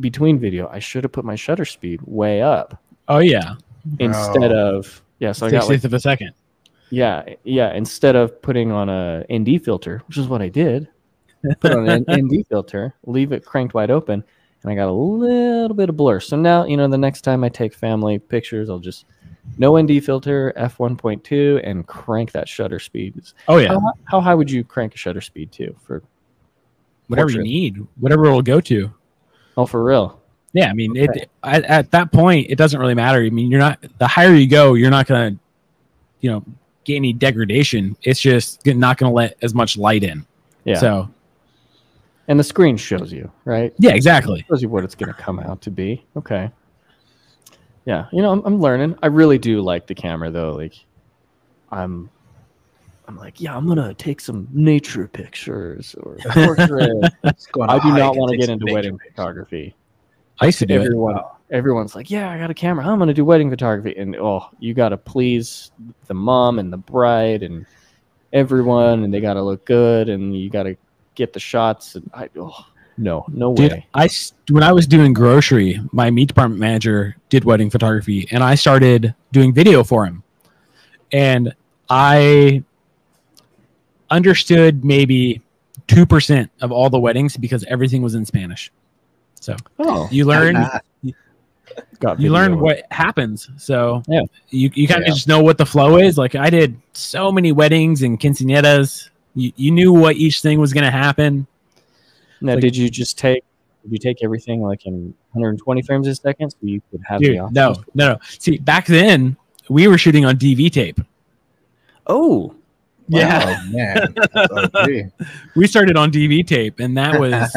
S2: between video, I should have put my shutter speed way up
S1: Oh yeah,
S2: instead of yeah. So I got like
S1: sixtieth of a second.
S2: yeah, yeah. Instead of putting on a ND filter, which is what I did, put on an ND filter, leave it cranked wide open, and I got a little bit of blur. So now, you know, the next time I take family pictures, I'll just no ND filter, f1.2, and crank that shutter speed.
S1: Oh yeah,
S2: How, hi- how high would you crank a shutter speed to for?
S1: whatever you
S2: portrait.
S1: need, whatever it'll go to.
S2: Oh, for real?
S1: Yeah, I mean, it at, at that point, it doesn't really matter. I mean, you're not the higher you go, you're not gonna, you know, get any degradation. It's just you're not gonna let as much light in.
S2: Yeah.
S1: So
S2: and the screen shows you, right?
S1: yeah, exactly.
S2: Shows you what it's going to come out to be. Okay. Yeah, you know, I'm, I'm learning. I really do like the camera though. Like, I'm, I'm like, yeah, I'm gonna take some nature pictures or portrait. I do not want to get into wedding photography.
S1: I used to do it.
S2: Everyone, everyone's like, yeah, I got a camera. I'm gonna do wedding photography, and oh, you gotta please the mom and the bride and everyone, and they gotta look good, and you gotta get the shots. And I, oh, no, no
S1: Dude,
S2: way.
S1: I s- when I was doing grocery, my meat department manager did wedding photography, and I started doing video for him. And I understood maybe two percent of all the weddings because everything was in Spanish. So
S2: Oh,
S1: you learn
S2: got
S1: you learn
S2: video.
S1: what happens. So
S2: Yeah.
S1: you, you kind of
S3: Yeah.
S1: just know what the flow is. Like I did so many weddings and quinceañeras. You, you knew what each thing was going to happen.
S2: Now,
S1: Like-
S2: did you just take? Did you take everything like in 120 frames a second so you could have
S1: Dude,
S2: the option?
S1: no, no, no. See, back then we were shooting on DV tape.
S2: Oh,
S1: Yeah.
S3: man. That's OG.
S1: We started on DV tape, and that was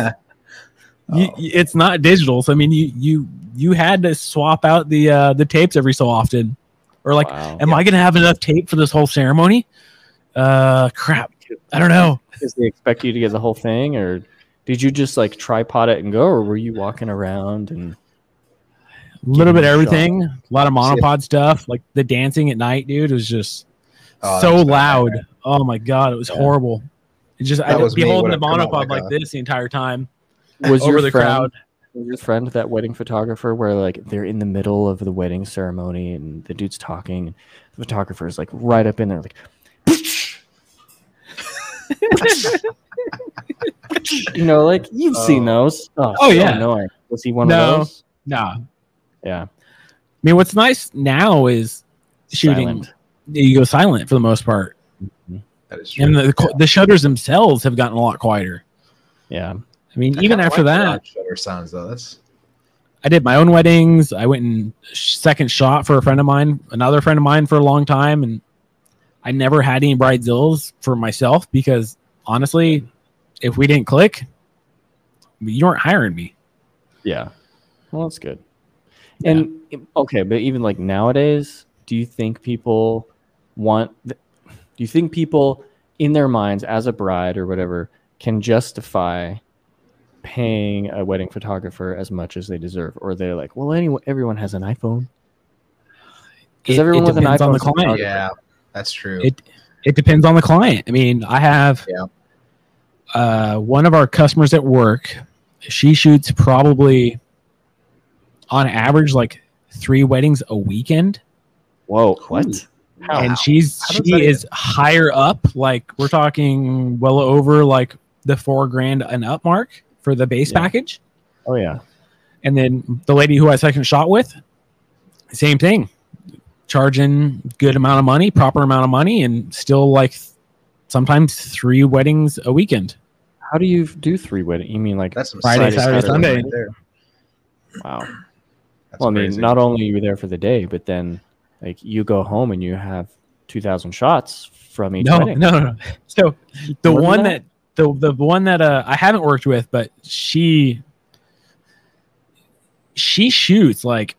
S1: you,
S3: Oh.
S1: you- it's not digital. So I mean, you you you had to swap out the uh, the tapes every so often, or like,
S2: wow.
S1: am I going to have enough tape for this whole ceremony? Uh, crap. I don't know.
S2: Because they expect you to get the whole thing, or did you just like tripod it and go, or were you walking around and?
S1: A little
S2: Give
S1: bit of
S2: it a shot.
S1: everything, a lot of
S3: See if-
S1: monopod stuff. Like the dancing at night, dude, was just
S3: Oh, that
S1: so
S3: was bad,
S1: loud.
S3: man.
S1: Oh my god, it was
S2: Yeah.
S1: horrible. It just
S3: That
S1: I'd
S3: was
S1: be
S3: me,
S1: holding the
S3: would've come out
S1: monopod
S3: like
S1: like
S3: a-
S1: this the entire time
S2: Was
S1: over
S2: your
S1: the
S2: friend,
S1: crowd.
S2: Was your friend that wedding photographer where like they're in the middle of the wedding ceremony and the dude's talking, and the photographer is like right up in there, like, you know, like you've seen those. Oh,
S1: Oh,
S2: so
S1: yeah.
S2: annoying. Was he one
S1: No.
S2: of those?
S1: Nah. I
S2: Yeah,
S1: mean, what's nice now is shooting.
S2: silent.
S1: You go silent for the most part,
S3: That is
S1: and
S3: true.
S1: the the, the shutters themselves have gotten a lot quieter.
S2: Yeah,
S1: I mean,
S3: I
S1: even
S3: kinda
S1: after
S3: like the
S1: that,
S3: loud shutter sounds though. That's
S1: I did my own weddings. I went and sh- second shot for a friend of mine, another friend of mine for a long time, and I never had any bridezillas for myself because honestly, if we didn't click, you weren't hiring me.
S2: yeah. Well, that's good. And okay, but even like nowadays, do you think people want? th- Do you think people in their minds, as a bride or whatever, can justify paying a wedding photographer as much as they deserve, or they're like, well, anyone, everyone has an iPhone.
S1: It,
S2: Because everyone
S1: it
S2: with an
S1: depends on the
S2: iPhone's a
S1: client.
S2: photographer.
S3: yeah, that's true.
S1: It- It depends on the client. I mean, I have
S3: Yeah.
S1: uh, one of our customers at work. She shoots probably on average like three weddings a weekend.
S2: Whoa,
S3: Ooh.
S2: what? Wow.
S1: and she's
S3: Oh, How does that
S1: she is higher up like we're talking well over like the four grand and up mark for the base
S2: Yeah.
S1: package
S2: Oh yeah,
S1: and then the lady who i second shot with same thing charging good amount of money proper amount of money and still like th- sometimes three weddings a weekend
S2: how do you do three wedding? You mean like
S3: that's some
S1: Friday,
S3: serious
S1: Saturday,
S3: stuttering
S1: Sunday.
S3: right there.
S2: wow?
S3: That's
S2: well, I mean,
S3: crazy.
S2: not only you were there for the day, but then like you go home and you have two thousand shots from each
S1: no,
S2: wedding.
S1: no, no, no. So the
S2: More than
S1: one
S2: that?
S1: that? the the one that uh, I haven't worked with, but she she shoots like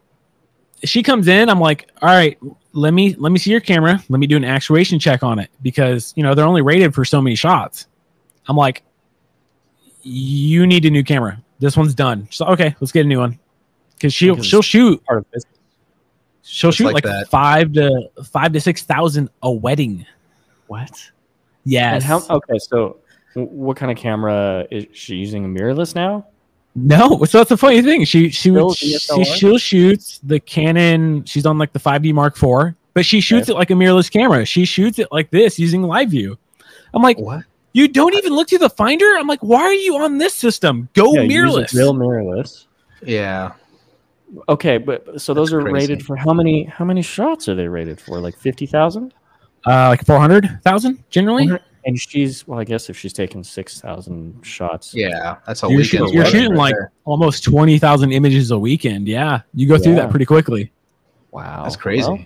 S1: she comes in. I'm like, all right, let me let me see your camera. Let me do an actuation check on it because you know they're only rated for so many shots. I'm like, you need a new camera. This one's done. She's like, okay, let's get a new one because she will
S2: Because-
S1: she'll shoot
S2: part of this.
S1: She'll
S3: Just
S1: shoot
S3: like
S1: like,
S3: that.
S1: five to five to six thousand a wedding.
S2: What?
S1: Yes.
S2: And how? Okay, so w- what kind of camera is she using? A mirrorless now?
S1: No, so that's the funny thing. She she
S2: Still
S1: she,
S2: DSLR?
S1: she'll shoots the Canon. She's on like the 5D Mark IV, but she shoots it like a mirrorless camera. She shoots it like this using live view. I'm
S2: Oh.
S1: like,
S3: What?
S1: you don't even look through the finder. I'm like, why are you on this system? Go
S2: Yeah, use a
S1: mirrorless.
S2: Real mirrorless.
S3: Yeah.
S2: Okay, but so those
S3: That's
S2: are
S3: crazy.
S2: rated for how many? How many shots are they rated for? Like fifty thousand?
S1: uh, like four hundred thousand generally.
S2: And she's well, I guess if she's taking six thousand shots,
S3: Yeah. That's a
S1: You're
S3: weekend.
S1: shooting-
S3: of
S1: you're
S3: wedding
S1: shooting
S3: right
S1: like-
S3: there.
S1: Almost twenty thousand images a weekend. Yeah, you go through
S2: Yeah.
S1: that pretty quickly.
S2: wow,
S3: That's crazy.
S2: Well,
S3: Oh,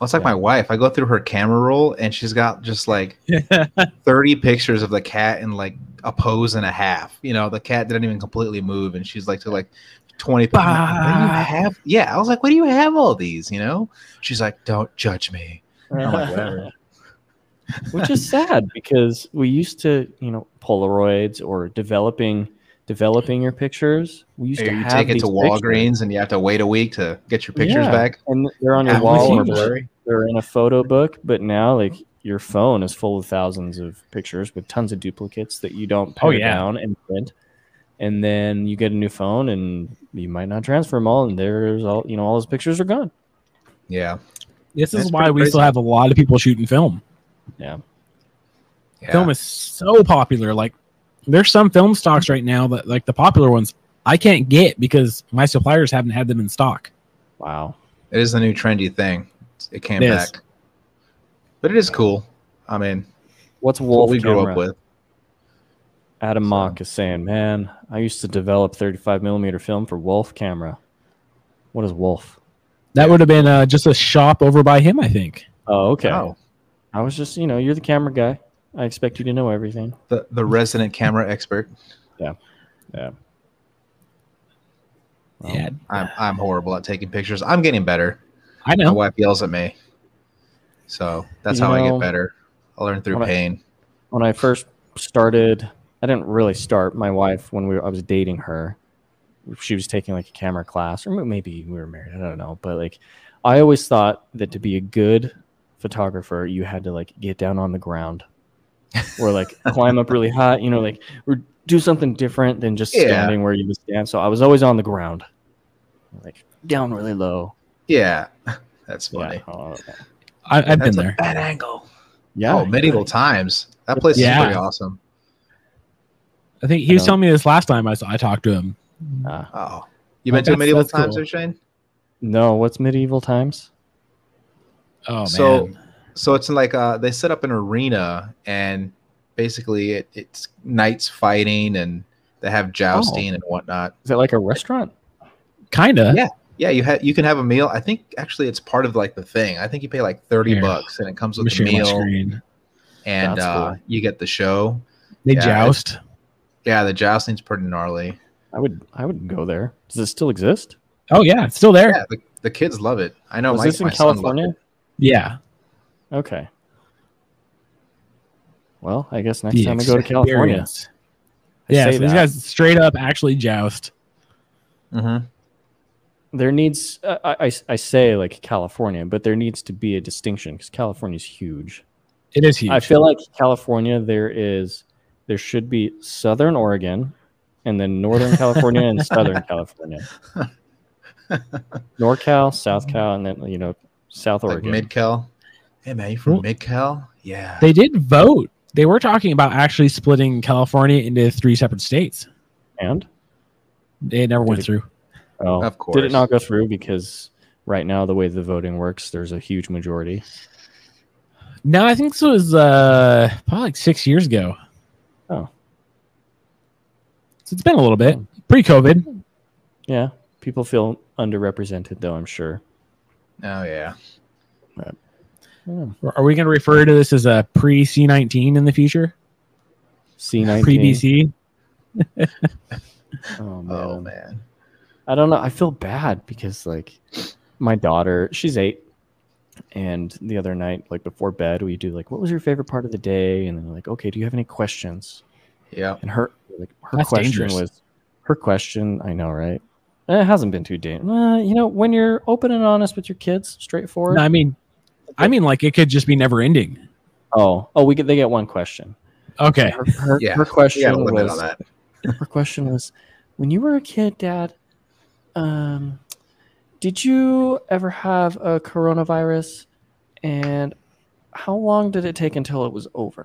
S3: Well, it's like
S2: Yeah.
S3: my wife. I go through her camera roll and she's got just like 30 pictures of the cat in like a pose and a half. You know, the cat didn't even completely move and she's like to like 20 pictures. I'm like, What do you
S1: Bah.
S3: have? Yeah. I was like, what do you have all these? You know? She's like, don't judge me. I'm like, whatever.
S2: uh, which is sad because we used to, you know, Polaroids or developing developing your pictures. We used
S3: Or
S2: to
S3: you
S2: have
S3: take it to
S2: these
S3: Walgreens
S2: pictures,
S3: and you have to wait a week to get your pictures
S2: Yeah.
S3: back.
S2: and they're on
S1: Yeah,
S2: your
S1: I've
S2: wall
S1: seen
S2: or
S1: those.
S2: they're- they're in a photo book, but now like your phone is full of thousands of pictures with tons of duplicates that you don't
S1: Oh,
S2: pare
S1: yeah.
S2: down and print. And then you get a new phone and you might not transfer them all, and there's all you know, all those pictures are gone.
S3: Yeah.
S1: This is
S3: That's
S1: why
S3: pretty
S1: we
S3: crazy.
S1: still have a lot of people shooting film.
S3: yeah.
S1: Film is so popular. Like there's some film stocks right now that like the popular ones I can't get because my suppliers haven't had them in stock.
S2: Wow.
S3: It is the new trendy thing. It came
S1: It is.
S3: back. But it is cool. I mean,
S2: What's
S3: it's what
S2: Wolf
S3: we grew
S2: camera?
S3: up with.
S2: Adam
S3: So-
S2: Mock is saying, Man, I used to develop 35 millimeter film for Wolf camera. What is Wolf?
S1: That would have been uh, just a shop over by him, I think.
S2: Oh, okay.
S3: Oh,
S2: I was just, you know, you're the camera guy. I expect you to know everything.
S3: the, the resident camera expert.
S2: Well,
S1: yeah,
S3: I'm, I'm horrible at taking pictures. I'm getting better.
S1: I
S3: My
S1: know.
S3: wife yells at me. So that's
S2: You
S3: how I
S2: know-
S3: get better. I learn through
S2: Wanna-
S3: pain.
S2: when I first started, I didn't really start. My wife, when we were, I was dating her, she was taking like a camera class, or maybe we were married. I don't know, but like, I always thought that to be a good photographer, you had to like get down on the ground, or like climb up really high, you know, like or do something different than just
S3: Yeah.
S2: standing where you would stand. So I was always on the ground, like down really low.
S3: Yeah. That's funny.
S2: Yeah, uh,
S1: I, I've been
S3: That's a
S1: there.
S3: bad angle.
S2: yeah.
S3: oh, medieval times. That place
S1: Yeah.
S3: is pretty awesome.
S1: I think
S2: I
S1: he was
S2: know.
S1: telling me this last time I, s- I talked to him.
S2: Uh,
S3: Oh, you been
S1: That's-
S3: to medieval
S1: that's
S3: times,
S1: cool.
S3: there, Shane?
S2: no, what's medieval times?
S1: Oh man.
S3: So- so it's like uh they set up an arena and basically it, it's knights fighting and they
S1: Oh.
S3: have jousting and whatnot
S2: Is it like a restaurant?
S1: kinda.
S3: Yeah. yeah you have you can have a meal i think actually it's part of like the thing i think you pay like 30
S1: Here.
S3: bucks and it comes
S1: Let
S3: with
S1: me share my
S3: a meal
S1: screen.
S3: and
S2: That's
S3: uh
S2: cool.
S3: you get the show
S1: They
S3: Yeah,
S1: joust.
S3: yeah the jousting's pretty gnarly
S2: I would I would go there. Does it still exist?
S1: Oh yeah, it's still there.
S3: yeah the, the kids love it i know
S2: Was
S3: my,
S2: this in
S3: my son loved
S2: California?
S1: Yeah.
S2: Okay. Well, I guess next
S1: The
S2: time I go to California.
S1: experience.
S2: I
S1: Yeah,
S2: say
S1: so these
S2: that.
S1: guys straight up actually joust.
S3: it. Mhm.
S2: There needs uh, I, I I say like California, but there needs to be a distinction because California's huge.
S1: It is huge.
S2: I feel like California there is there should be Southern Oregon, and then Northern California and Southern California, NorCal, South Cal, and then you know South
S3: like
S2: Oregon.
S3: mid-cal hey man you from
S1: Well-
S3: mid-cal yeah
S1: they did vote. They were talking about actually splitting California into three separate states.
S2: and
S1: It never went
S2: it-
S1: through.
S2: oh,
S3: of course
S2: Did it not go through because right now the way the voting works, there's a huge majority.
S1: No, I think this was uh, probably like six years ago.
S2: Oh. Hmm.
S1: So it's been a little bit pre COVID.
S2: Yeah, people feel underrepresented though. I'm sure.
S3: oh yeah
S2: Hmm.
S1: Are we going to refer to this as a pre C19 in the future?
S2: C
S1: Pre
S2: nineteen.
S1: BC?
S2: Oh man.
S3: oh man
S2: I don't know. I feel bad because like my daughter, she's eight, and the other night, like before bed, we do like, what was your favorite part of the day? And then like, okay, do you have any questions?
S3: yeah
S2: And her like her
S1: That's
S2: question
S1: dangerous.
S2: was her question. I know, right? Eh, It hasn't been too damn. Uh, you know, when you're open and honest with your kids, straightforward.
S1: No, I mean, I mean, like it could just be never ending.
S2: oh, oh, we get they get one question.
S1: Okay.
S2: Her, her,
S3: Yeah,
S2: her
S3: We got
S2: question
S3: to limit on
S2: was
S3: that.
S2: her question was, when you were a kid, Dad, um, did you ever have a coronavirus, and how long did it take until it was over?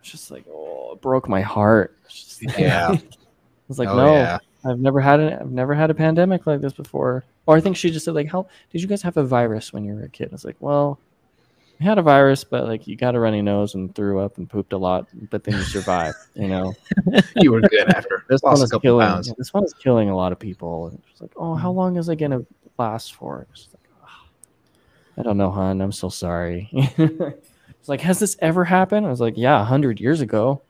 S2: It's just like, oh, it broke my heart. It's just like-
S3: Yeah.
S2: It's like,
S3: oh,
S2: no,
S3: yeah.
S2: I've never had an, I've never had a pandemic like this before. Or I think she just said like, "How did you guys have a virus when you were a kid?" It's like, well, we had a virus, but like you got a runny nose and threw up and pooped a lot, but then you survived. you know,
S3: You were good after.
S2: this
S3: Lost
S2: one
S3: a
S2: is
S3: couple
S2: killing.
S3: pounds. Mm-hmm.
S2: This one is killing a lot of people. And she's like, "Oh, how long is it gonna last for?" It's just like, "Ah, I don't know, hon. I'm so sorry. it's like, has this ever happened? I was like, yeah, a hundred years ago.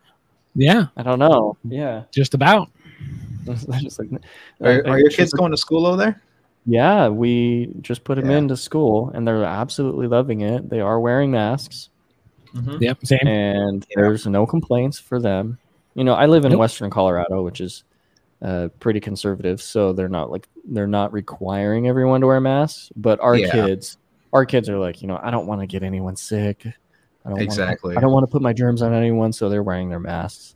S1: Yeah.
S2: I don't know.
S3: Mm-hmm.
S2: Yeah.
S1: Just about.
S2: Just like-
S3: Are,
S2: I-
S3: are
S2: I-
S3: your kids going to school over there?
S2: Yeah, we just put them
S3: Yeah.
S2: into school and they're absolutely loving it. They are wearing masks Mm-hmm.
S3: Mhm.
S1: Yep. Same.
S2: and
S3: Yeah.
S2: there's no complaints for them. You know, I live in
S1: Nope.
S2: Western Colorado, which is uh, pretty conservative, so they're not like they're not requiring everyone to wear masks, but our
S3: Yeah.
S2: kids our kids are like, you know, I don't want to get anyone sick. I don't wanna-
S3: Exactly.
S2: I don't want to put my germs on anyone, so they're wearing their masks.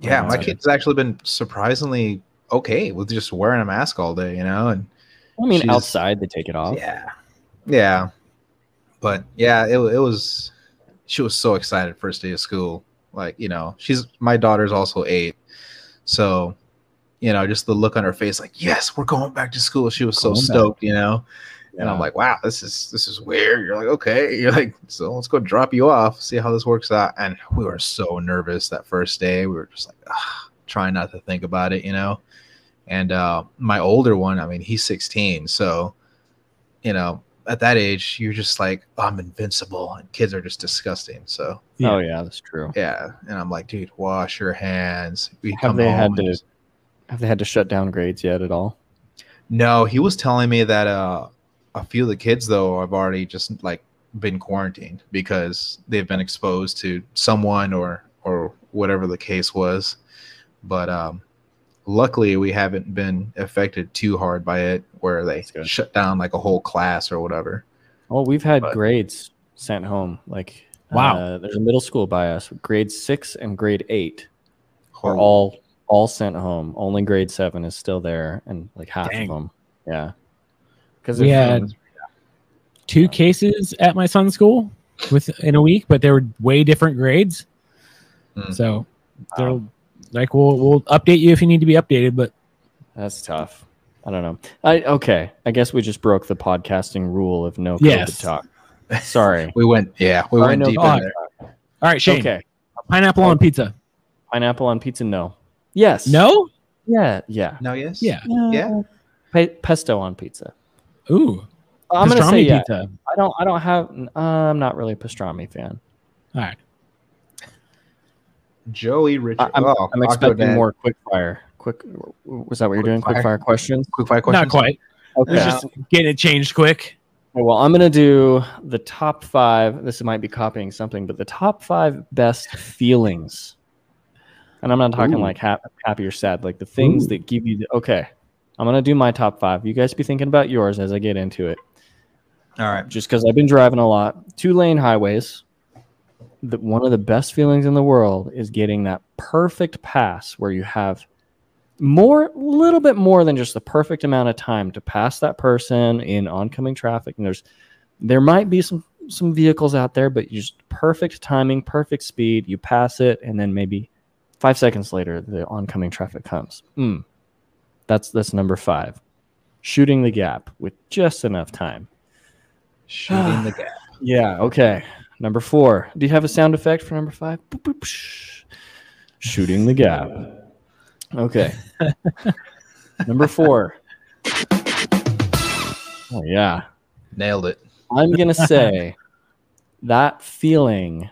S3: Yeah, my
S2: Uh,
S3: kid's actually been surprisingly okay with just wearing a mask all day, you know, and
S2: I mean,
S3: she's-
S2: outside they take it off.
S3: yeah, yeah, but yeah, it it was. She was so excited first day of school, like you know, she's my daughter's also eight, so you know, just the look on her face, like yes, we're going back to school. She was so
S1: Going back.
S3: stoked, you know. And I'm
S2: Yeah.
S3: like, wow, this is this is weird. You're like, okay. You're like, so let's go drop you off, see how this works out. And we were so nervous that first day. We were just like, ah, trying not to think about it, you know. And uh, my older one, I mean, he's 16, so you know, at that age, you're just like, I'm invincible, and kids are just disgusting. So
S1: Yeah.
S2: Oh yeah, that's true.
S3: yeah, and I'm like, dude, wash your hands. We
S2: Have they had
S3: and
S2: to
S3: just-
S2: Have they had to shut down grades yet at all?
S3: No, he was telling me that uh, a few of the kids though have already just like been quarantined because they've been exposed to someone or or whatever the case was. But um, luckily, we haven't been affected too hard by it, where they
S2: That's good.
S3: shut down like a whole class or whatever.
S2: Well, we've had
S3: But-
S2: grades sent home. Like,
S1: Wow.
S2: uh, there's a middle school by us. Grade six and grade eight are
S3: Or
S2: all all sent home. Only grade seven is still there, and like half
S1: Dang.
S2: of them. Yeah, because
S1: We had- Two cases at my son's school within a week, but they were way different grades.
S3: Hmm.
S1: So they're like, we'll we'll update you if you need to be updated. But
S2: that's tough. I don't know. I okay. I guess we just broke the podcasting rule of no COVID
S1: Yes.
S2: talk. Sorry.
S3: we went, yeah, we
S2: Sorry,
S3: went
S2: no
S3: deep
S1: God.
S3: in there.
S1: all right, Shane,
S2: Okay.
S1: pineapple on pizza.
S2: Pineapple on pizza? No. Yes.
S1: No.
S2: Yeah. Yeah.
S3: No, yes,
S1: Yeah.
S3: Yeah.
S2: Pe- pesto on pizza.
S1: Ooh.
S2: I'm gonna
S1: pastrami
S2: say yeah.
S1: pizza.
S2: I don't. I don't have. Uh, I'm not really a pastrami fan.
S1: All right.
S3: Joey Richard.
S2: I, am
S3: oh,
S2: I'm expecting
S3: Octodad.
S2: more quick fire. Quick. Was that what you're doing?
S3: Quick
S2: Quick fire questions.
S3: quick fire
S1: Not
S3: questions.
S1: quite.
S2: Okay.
S1: It's just getting it changed quick.
S2: well, I'm gonna do the top five. This might be copying something, but the top five best feelings. And I'm not talking
S1: Ooh.
S2: like hap- happy or sad. Like the things
S1: Ooh.
S2: that give you. The, okay. I'm gonna do my top five. You guys be thinking about yours as I get into it.
S3: All right.
S2: just because I've been driving a lot. Two lane highways. The, one of the best feelings in the world is getting that perfect pass where you have more, little bit more than just the perfect amount of time to pass that person in oncoming traffic. And there's, there might be some some vehicles out there, but you just perfect timing, perfect speed. You pass it, and then maybe five seconds later, the oncoming traffic comes. Mm. That's that's number five. Shooting the gap with just enough time.
S3: Shooting the gap.
S2: Yeah. Okay. Number four. Do you have a sound effect for number five? Boop, boop, psh. Shooting the gap. Okay. number four. Oh, yeah.
S3: Nailed it.
S2: I'm going to say that feeling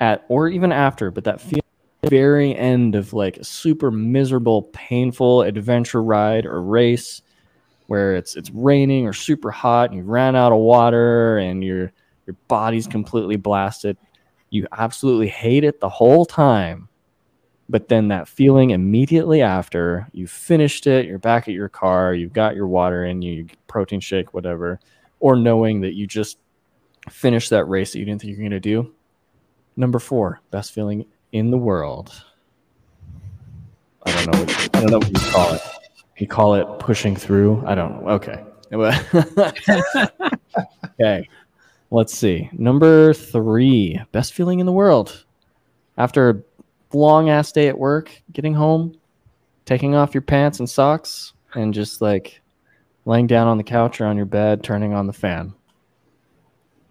S2: at, or even after, but that feeling at the very end of like a super miserable, painful adventure ride or race where it's it's raining or super hot and you ran out of water and your your body's completely blasted. You absolutely hate it the whole time. But then that feeling immediately after you finished it, you're back at your car, you've got your water in you, your protein shake, whatever, or knowing that you just finished that race that you didn't think you were going to do. Number four, best feeling in the world. I don't know. What, I don't know what you call it. You call it pushing through. I don't know. Okay. okay. Let's see. Number three, best feeling in the world. After a long ass day at work, getting home, taking off your pants and socks, and just like laying down on the couch or on your bed, turning on the fan.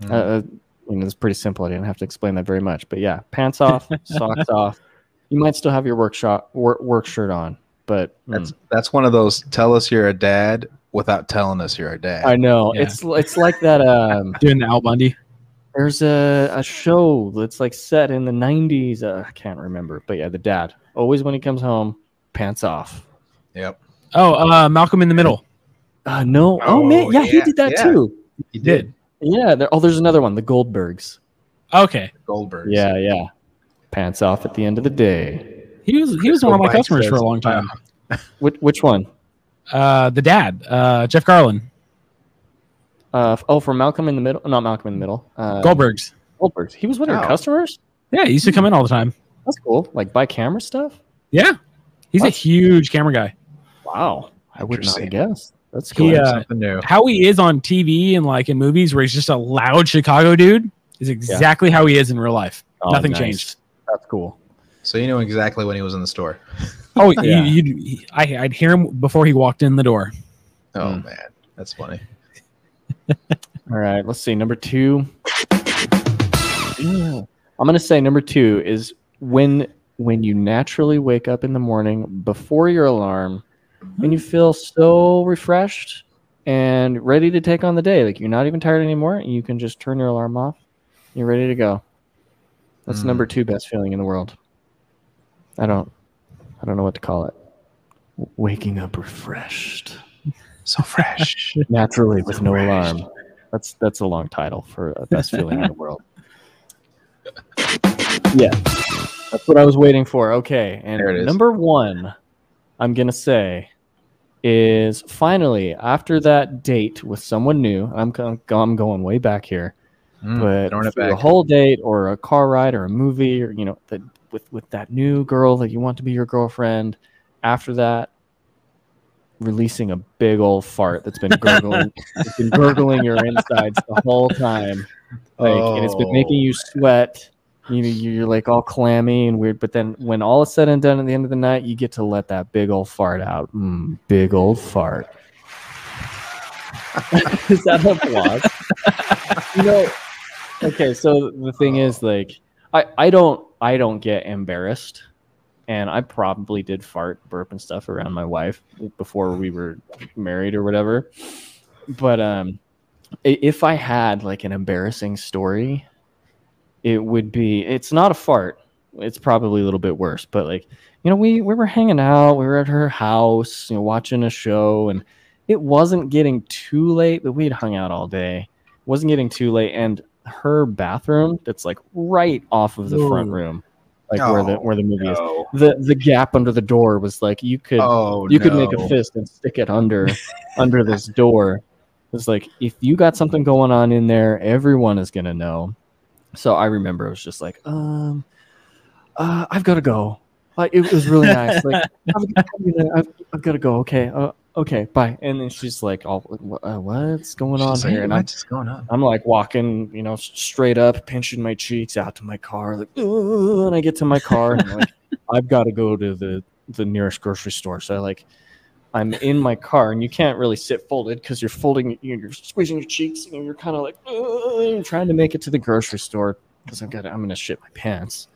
S3: Mm.
S2: Uh, uh, I mean, it's pretty simple. I didn't have to explain that very much. But yeah, pants off, socks off. You might still have your work, shop, work, work shirt on, but mm.
S3: That's that's one of those tell us you're a dad without telling us you're a dad.
S2: I know
S1: Yeah.
S2: it's it's like that. Um,
S1: Doing the Al Bundy.
S2: there's a, a show that's like set in the 90s. Uh, I can't remember, but yeah, the dad always when he comes home, pants off.
S3: yep.
S1: Oh, uh, Malcolm in the Middle.
S2: Uh, no, oh,
S3: Oh,
S2: man, yeah, he
S3: yeah,
S2: did that
S3: yeah.
S2: too.
S3: He
S1: did.
S2: Yeah, there, oh, there's another one, the Goldbergs.
S1: Okay,
S3: Goldberg.
S2: Yeah, yeah, pants off at the end of the day.
S1: he was he was one of my customers for a long time.
S2: Which which one?
S1: Uh, the dad, uh, Jeff Garland,
S2: Uh, f- oh, for Malcolm in the Middle, not Malcolm in the Middle. Uh,
S1: Goldberg's.
S2: Goldbergs. He was one of your
S3: Oh.
S2: customers.
S1: Yeah, he used to come in all the time.
S2: That's cool. Like buy camera stuff.
S1: Yeah, he's a
S2: What?
S1: huge camera guy.
S2: Wow, I would not have
S3: Interesting.
S2: guessed. That's cool.
S1: He, uh,
S3: Something new.
S1: How he is on TV and like in movies, where he's just a loud Chicago dude, is exactly how he is in real life.
S2: Oh,
S1: Nothing
S2: nice.
S1: changed.
S2: That's cool.
S3: So you knew exactly when he was in the store.
S1: Oh,
S2: Yeah.
S1: you, you'd, he- I, I'd hear him before he walked in the door.
S3: Oh
S2: Mm.
S3: man, that's funny.
S2: All right, let's see. Number two. Yeah. I'm gonna say number two is when when you naturally wake up in the morning before your alarm and you feel so refreshed and ready to take on the day. Like you're not even tired anymore, and you can just turn your alarm off. You're ready to go. That's
S3: Mm.
S2: number two best feeling in the world. I don't I don't know what to call it. W- Waking up refreshed
S3: So fresh.
S2: naturally with no
S3: Outraged.
S2: alarm. That's that's a long title for a best feeling in the world. Yeah, that's what I was waiting for. Okay, and
S3: There it is.
S2: number one, I'm gonna say is finally after that date with someone new. I'm go- I'm going way back here,
S3: Mm,
S2: but
S3: throwing it
S2: through a
S3: back.
S2: whole date or a car ride or a movie or you know the, with with that new girl that you want to be your girlfriend. After that, releasing a big old fart that's been gurgling, it's been gurgling your insides the whole time, like, and it's been making you sweat. You know, you're like all clammy and weird. But then when all is said and done at the end of the night, you get to let that big old fart out. Mm, big old fart. is that applause? you know, okay. So the thing is, like, I I don't I don't get embarrassed, and I probably did fart, burp, and stuff around my wife before we were married or whatever. But um, i- if I had like an embarrassing story, it would be. It's not a fart. It's probably a little bit worse. But like, you know, we we were hanging out. We were at her house, you know, watching a show, and it wasn't getting too late. But we'd hung out all day. wasn't getting too late, and her bathroom that's like right off of the front
S1: Ooh.
S2: room, like where the
S3: Oh,
S2: where the movie is
S3: No.
S2: the the gap under the door was like you could
S3: Oh,
S2: you could make
S3: no.
S2: a fist and stick it under under this door. It's like if you got something going on in there, everyone is gonna know. So I remember it was just like, um, uh, I've got to go. Like it was really nice. Like I'm, I'm gonna, I've, I've got to go. Okay, uh, okay, bye. And then she's like, "All wh- uh, what's going
S3: She's
S2: on
S3: like,
S2: here?" And I'm
S3: what's going on?
S2: I'm like walking, you know, s- straight up, pinching my cheeks out to my car, like, "Ugh," and I get to my car and I'm like, I've got to go to the the nearest grocery store. So I like, I'm in my car and you can't really sit folded because you're folding, you- you're squeezing your cheeks and you're kind of like "Ugh," trying to make it to the grocery store because I'm gonna I'm gonna shit my pants.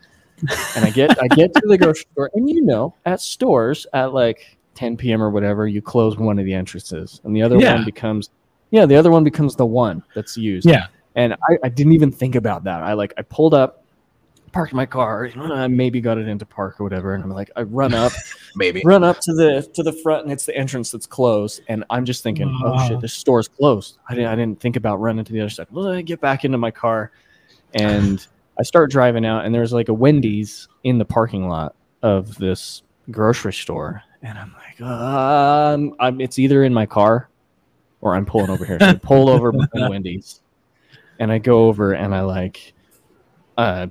S2: And I get I get to the grocery store and you know at stores at like 10 p.m. or whatever you close one of the entrances and the other
S1: Yeah.
S2: one becomes yeah the other one becomes the one that's used
S1: Yeah.
S2: and I, I didn't even think about that. I like I pulled up, parked my car, you know, I maybe got it into park or whatever, and I'm like I run up,
S3: Maybe.
S2: run up to the to the front, and it's the entrance that's closed, and I'm just thinking, oh
S1: Wow.
S2: shit, this store's closed. I didn't I didn't think about running to the other side. Well, I get back into my car, and I start driving out, and there's like a Wendy's in the parking lot of this grocery store, and I'm like, um, I'm, it's either in my car or I'm pulling over here. So I pull over behind Wendy's, and I go over and I like, uh,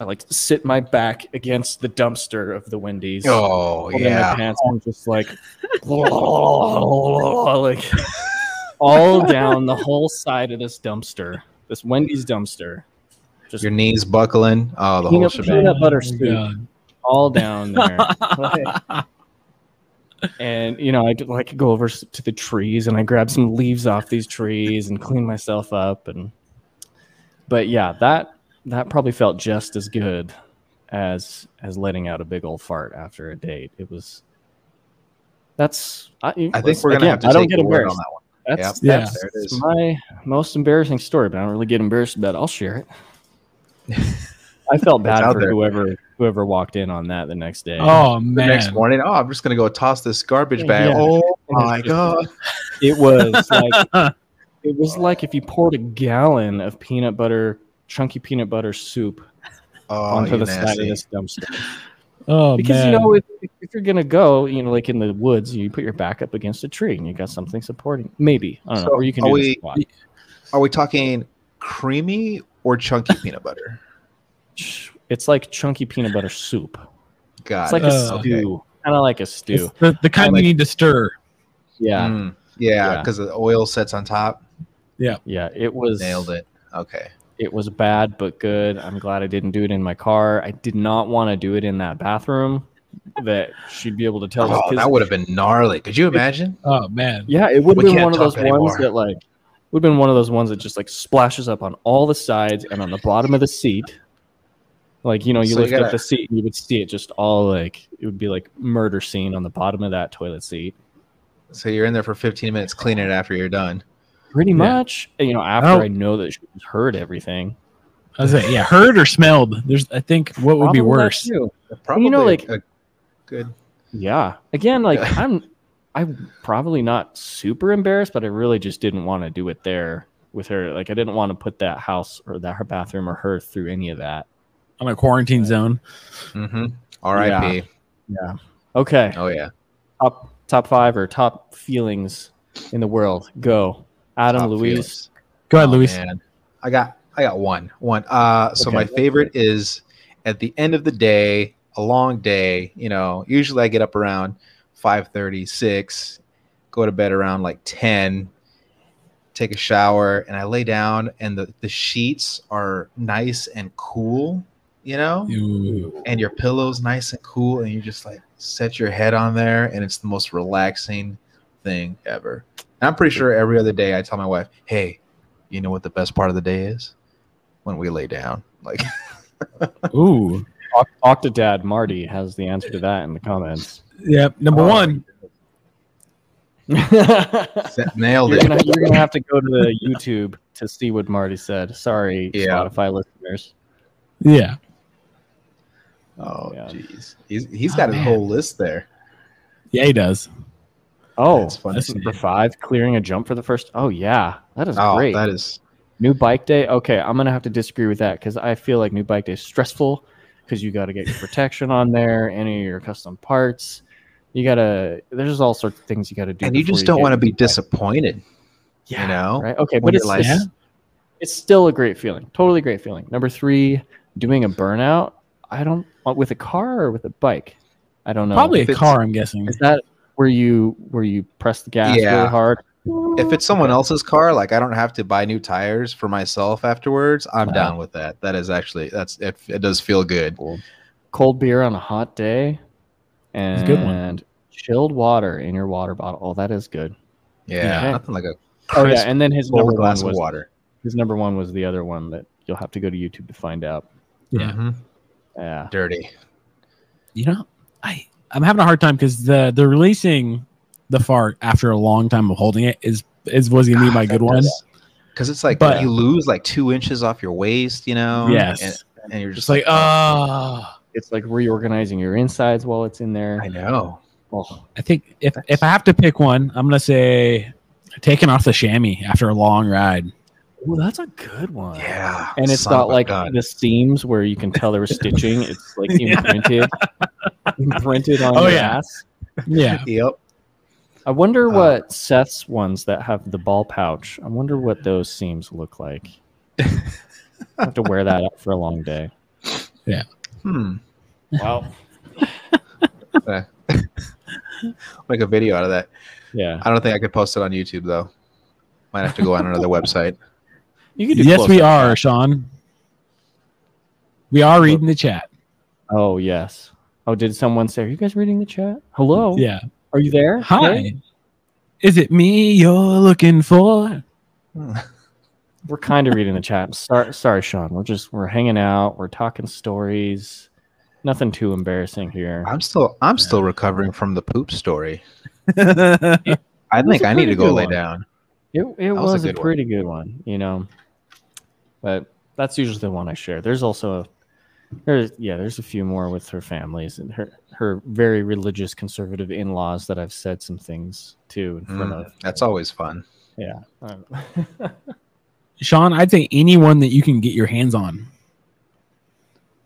S2: I like sit my back against the dumpster of the Wendy's.
S3: Oh
S2: Hold in my
S3: yeah.
S2: pants. I'm just like, like all down the whole side of this dumpster, this Wendy's dumpster, just
S3: Your knees buckling. Oh, the whole
S2: peanut,
S3: shebang.
S2: peanut butter
S1: Oh my
S2: soup
S1: God.
S2: all down there. and you know, I could like go over s- to the trees and I grab some leaves off these trees and clean myself up. And but yeah, that that probably felt just as good as as letting out a big old fart after a date. It was. That's I,
S3: I think we're gonna have to
S2: I don't
S3: take
S2: get
S3: your word
S2: embarrassed.
S3: on that one.
S2: That's,
S1: Yep.
S2: that's
S3: Yeah. There it is.
S2: my most embarrassing story, but I don't really get embarrassed about it. I'll share it. I felt bad
S3: It's out
S2: for
S3: there.
S2: whoever whoever walked in on that the next day.
S1: Oh
S3: The
S1: man.
S3: next morning, oh, I'm just gonna go toss this garbage bag.
S2: Yeah.
S3: Oh
S2: And it's
S3: my
S2: just-
S3: god.
S2: It was like it was like if you poured a gallon of peanut butter, chunky peanut butter soup
S3: Oh,
S2: onto
S3: you
S2: the side of
S3: nasty.
S2: this dumpster.
S1: Oh
S2: Because
S1: man.
S2: you know, if, if you're gonna go, you know, like in the woods, you put your back up against a tree and you got something supporting. Maybe I don't know,
S3: So
S2: or you can
S3: are
S2: do
S3: we-
S2: this squat.
S3: Are we talking creamy or chunky peanut butter?
S2: Ch- It's like chunky peanut butter soup.
S3: God,
S2: It's like
S1: it.
S2: a
S1: Oh, okay.
S2: stew, kind of like a
S1: It's
S2: stew.
S1: the, the kind
S2: Like-
S1: you need to stir.
S2: Yeah,
S3: Mm, yeah,
S2: Yeah.
S3: because the oil sits on top.
S2: yeah. It was
S3: Nailed it. Okay.
S2: It was bad but good. I'm glad I didn't do it in my car. I did not want to do it in that bathroom. That she'd be able to tell. us,
S3: Oh,
S2: 'cause-
S3: that would have been gnarly. Could you imagine?
S1: Oh man.
S2: Yeah, it would
S3: We
S2: have been
S3: can't
S2: one of those
S3: talk anymore.
S2: ones that like would have been one of those ones that just like splashes up on all the sides and on the bottom of the seat. Like you know, you
S3: So you
S2: lift up
S3: gotta-
S2: the seat and you would see it just all like it would be like murder scene on the bottom of that toilet seat.
S3: So you're in there for 15 minutes cleaning it after you're done.
S2: Pretty
S1: Yeah.
S2: much, And, you know. After
S1: don't-
S2: I know that she heard everything,
S1: I was like, yeah, heard or smelled. There's I think what would
S2: Probably
S1: be
S2: that
S1: worse.
S2: too.
S3: Probably
S2: you know, like-
S3: a good.
S2: Yeah. Again, like
S3: Yeah.
S2: I'm I'm probably not super embarrassed, but I really just didn't want to do it there with her. Like I didn't want to put that house or that her bathroom or her through any of that.
S1: On a quarantine zone.
S3: Mm-hmm. R.I.P.
S2: Yeah. Okay.
S3: Oh yeah.
S2: Top top five or top feelings in the world. Go. Adam
S3: Top
S2: Louise.
S3: feelings.
S1: Go ahead,
S3: Oh,
S1: Luis.
S3: man. I got I got one. One. Uh so
S2: Okay.
S3: my favorite is at the end of the day, a long day, you know, usually I get up around 5:30, 6, go to bed around like 10, take a shower, and I lay down and the, the sheets are nice and cool, you know?
S1: Ooh.
S3: And your pillow's nice and cool, and you just like set your head on there, and it's the most relaxing thing ever. And I'm pretty sure every other day I tell my wife, "Hey, you know what the best part of the day is? When we lay down." Like,
S1: Ooh.
S2: Oc- Octodad Marty has the answer to that in the comments.
S1: Yep. Number
S3: Oh.
S1: one.
S2: you're,
S3: that nailed it.
S2: gonna, you're gonna have to go to the YouTube to see what Marty said. Sorry,
S3: Yeah.
S2: Spotify listeners.
S1: Yeah.
S3: Oh,
S2: Yeah.
S3: jeez, he's he's
S1: Oh,
S3: got his
S1: man.
S3: whole list there.
S1: Yeah, he does.
S2: Oh,
S3: That's funny.
S2: That's number five, clearing a jump for the first. Oh yeah, that is
S3: Oh,
S2: great.
S3: that is
S2: new bike day. Okay, I'm gonna have to disagree with that because I feel like new bike day is stressful because you got to get your protection on there, any of your custom parts. You gotta. There's all sorts of things you got to do,
S3: and you
S2: before
S3: just don't
S2: get
S3: want to
S2: your
S3: be
S2: new bike,
S3: disappointed.
S2: Yeah,
S3: you know,
S2: right? Okay, but
S3: when you're
S2: it's
S3: like-
S2: it's, it's still a great feeling. Totally great feeling. Number three, doing a burnout. I don't uh, with a car or with a bike. I don't know.
S1: Probably
S3: if
S1: a
S3: it's-
S1: car, I'm guessing.
S2: is that where you where you press the gas
S3: Yeah.
S2: really hard?
S3: if it's someone else's car, like I don't have to buy new tires for myself afterwards. I'm
S2: Uh-huh.
S3: down with that. That is actually that's it. It does feel good.
S2: cold beer on a hot day and
S1: a good one.
S2: chilled water in your water bottle. Oh, that is good.
S3: Yeah,
S2: Okay.
S3: nothing like a
S2: Oh yeah,
S3: Crisp
S2: and then his
S3: cold
S2: number one
S3: glass of
S2: was
S3: water.
S2: his number one was the other one that you'll have to go to YouTube to find out.
S1: Yeah.
S3: Mhm.
S2: Yeah.
S3: dirty.
S1: You know, I I'm having a hard time because the the releasing the fart after a long time of holding it is is was gonna
S2: Ah,
S1: be my good one.
S3: Because it's like
S1: But-
S3: you lose like two inches off your waist, you know.
S1: Yes.
S3: and, and you're
S1: Just
S3: just
S1: like, ah.
S2: It's like reorganizing your insides while it's in there.
S3: I know.
S2: Oh,
S1: I think if if I have to pick one, I'm gonna say taking off the chamois after a long ride.
S2: Ooh, that's a good one.
S3: Yeah,
S2: And it's
S3: Oh, son of
S2: not
S3: a
S2: like
S3: gun.
S2: the seams where you can tell there was stitching. It's like
S1: Yeah.
S2: imprinted. imprinted on
S1: Oh,
S2: your
S1: yeah.
S2: ass.
S1: Yeah.
S3: Yep.
S2: I wonder
S3: Uh,
S2: what Seth's ones that have the ball pouch. I wonder what those seams look like. I have to wear that up for a long day.
S3: Hmm.
S2: Wow.
S3: Make a video out of that.
S2: Yeah.
S3: I don't think I could post it on YouTube though. Might have to go on another website.
S2: You could do
S1: Yes, we
S2: close-up.
S1: are, Sean. We are reading the chat.
S2: Oh yes. Oh, did someone say? Are you guys reading the chat? Hello.
S1: Yeah.
S2: Are you there?
S1: Hi.
S2: Hey,
S1: Is it me you're looking for?
S3: Hmm.
S2: We're kind of reading the chat. Sorry, sorry, Sean. We're just we're hanging out. We're talking stories. Nothing too embarrassing here.
S3: I'm still I'm still recovering from the poop story.
S1: yeah.
S3: I
S2: That's
S3: think
S2: a
S3: I need
S2: pretty
S3: to go
S2: good
S3: lay
S2: one.
S3: down.
S2: It, it
S3: was
S2: was,
S3: a
S2: a,
S3: good one.
S2: pretty good one, you know. But that's usually the one I share. There's also there's yeah, there's a few more with her families and her her very religious conservative in-laws that I've said some things to in front
S3: Mm,
S2: of.
S3: that's always fun.
S2: Yeah. Um,
S1: Sean, I'd say anyone that you can get your hands on.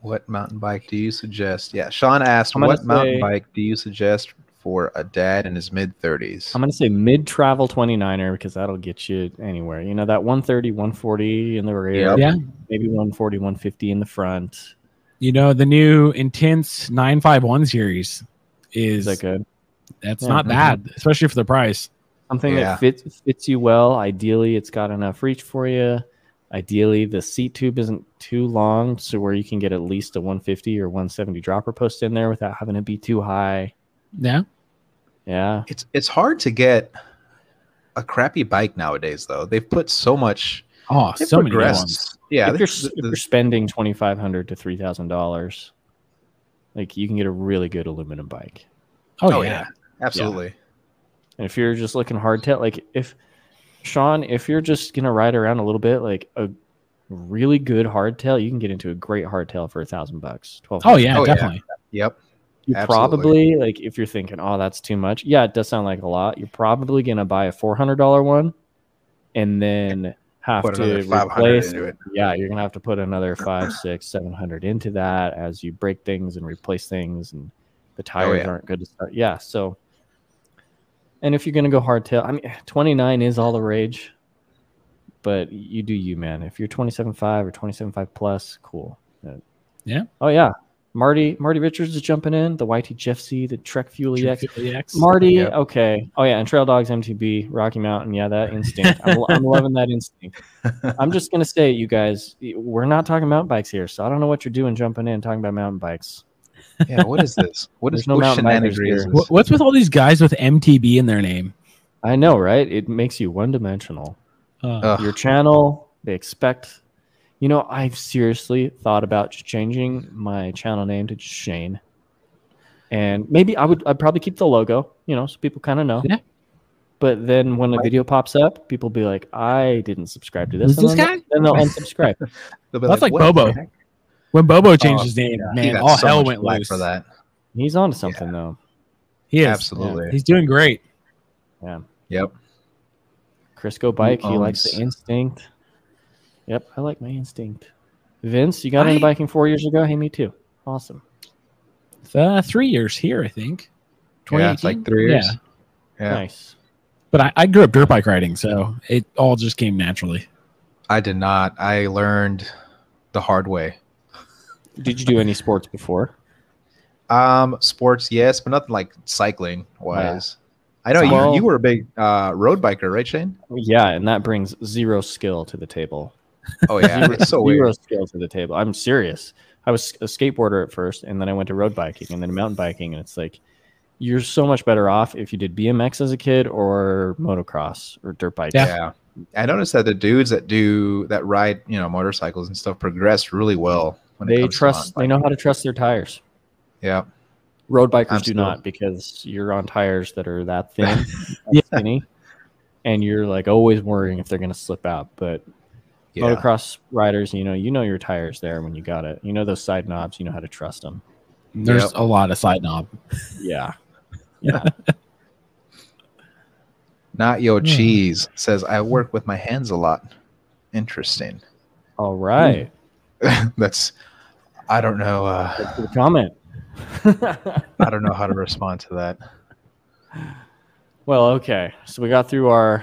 S3: What mountain bike do you suggest? Yeah, Sean asked,
S2: I'm gonna
S3: what mountain
S2: say-
S3: bike do you suggest for a dad in his mid 30s?
S2: I'm going to say mid-travel 29er because that'll get you anywhere. You know that 130, 140 in the rear,
S3: Yep.
S1: Yeah.
S2: maybe 140, 150 in the front.
S1: You know, the new intense 951 series
S2: Is
S1: is
S2: that good?
S1: that's
S2: Yeah.
S1: not
S3: Mhm.
S1: bad, especially for the price.
S2: something
S3: Yeah.
S2: that fits fits you well. Ideally, it's got enough reach for you. Ideally, the seat tube isn't too long, so where you can get at least a 150 or 170 dropper post in there without having to be too high.
S1: Yeah.
S2: Yeah,
S3: It's it's hard to get a crappy bike nowadays though. They've put so much
S1: Oh,
S3: they've
S1: so many good
S3: progressed.
S1: ones.
S3: Yeah,
S2: if
S3: they-
S2: you're s-
S3: the-
S2: if
S3: the-
S2: you're spending 2,500 to 3,000 dollars, like you can get a really good aluminum bike.
S1: Oh, yeah.
S3: Absolutely.
S2: And if you're just looking hardtail, like if Sean, if you're just gonna ride around a little bit, like a really good hardtail, you can get into a great hardtail for a thousand bucks, twelve.
S1: Oh yeah,
S3: Oh, yeah.
S1: definitely.
S3: Yep.
S2: you
S3: Absolutely.
S2: probably like if you're thinking oh that's too much yeah it does sound like a lot you're probably going to buy a $400 one and then have
S3: Put
S2: to
S3: another 500
S2: replace
S3: into it.
S2: yeah you're going to have to put another five six seven hundred into that as you break things and replace things and the tires
S3: yeah.
S2: aren't good to start yeah so and if you're going to go hardtail i mean 29 is all the rage but you do you man if you're 27.5 or 27.5 plus cool Uh,
S1: Yeah.
S2: oh yeah Marty Marty Richards is jumping in. The YTGFC, the Trek Fuel E EX.
S1: GX.
S2: Marty,
S3: Yep.
S2: okay. Oh yeah, and Trail Dogs MTB, Rocky Mountain. Yeah, that instinct. I'm, I'm loving that instinct. I'm just gonna say, you guys, we're not talking mountain bikes here, so I don't know what you're doing jumping in talking about mountain bikes.
S3: Yeah, what is this? What is
S2: There's no
S3: what
S2: mountain bikers
S3: shenanigans
S2: here.
S3: is
S1: Wh-
S3: this?
S1: What's with all these guys with MTB in their name?
S2: I know, right? It makes you one dimensional.
S1: Uh,
S3: Ugh.
S2: Your channel, they expect. You know, I've seriously thought about just changing my channel name to Shane. And maybe I would I'd probably keep the logo, you know, so people kind of know.
S1: Yeah.
S2: But then when a video pops up, people be like, I didn't subscribe to this.
S1: Who's
S2: and
S1: this
S2: then they'll- Then they'll unsubscribe.
S3: They'll be
S1: That's like
S3: "What the
S1: Bobo.
S3: heck?"
S1: when Bobo changed
S3: Oh,
S1: his name,
S2: yeah.
S3: He
S1: man,
S3: got
S1: all
S3: so
S1: hell
S3: much
S1: went
S3: flack
S1: loose.
S3: for that.
S2: He's on to something though.
S1: He is.
S3: Absolutely.
S1: He's doing great.
S3: Yep.
S2: Crisco bike, he likes
S3: owns-
S2: the instinct. Yep, I like my instinct. Vince, you got into
S1: I-
S2: biking four years ago? Hey, me too. Awesome.
S1: Uh, three years here, I think.
S3: Yeah, it's
S1: 2018?
S3: like three years. Yeah.
S2: Nice.
S1: But I, I grew up dirt bike riding, so it all just came naturally.
S3: I did not. I learned the hard way.
S2: Did you do any sports before?
S3: Um, sports, yes, but nothing like cycling wise. I know
S2: Well-
S3: you, you were a big uh, road biker, right, Shane?
S2: Yeah, and that brings zero skill to the table.
S3: Oh yeah, it's so
S2: zero
S3: weird.
S2: skill to the table. I'm serious. I was a skateboarder at first, and then I went to road biking, and then mountain biking, and it's like you're so much better off if you did BMX as a kid or motocross or dirt bike.
S1: Yeah.
S3: Yeah. I noticed that the dudes that do that ride, you know, motorcycles and stuff progress really well when it
S2: they
S3: comes to
S2: trust. They
S3: mountain
S2: know how to trust their tires.
S3: biking. Yeah.
S2: Road bikers
S3: I'm
S2: do
S3: still-
S2: not because you're on tires that are that thin, that
S1: Yeah.
S2: skinny, and you're like always worrying if they're going to slip out. But
S3: Yeah.
S2: motocross riders, you know, you know your tires there when you got it. You know those side knobs. You know how to trust them.
S1: There's
S3: Yep.
S1: a lot of side knob.
S2: Yeah. Yeah.
S3: Not yo
S1: Hmm.
S3: cheese says I work with my hands a lot. Interesting.
S2: All right.
S3: That's I don't know. Uh,
S2: That's a good comment.
S3: I don't know how to respond to that.
S2: Well, okay. So we got through our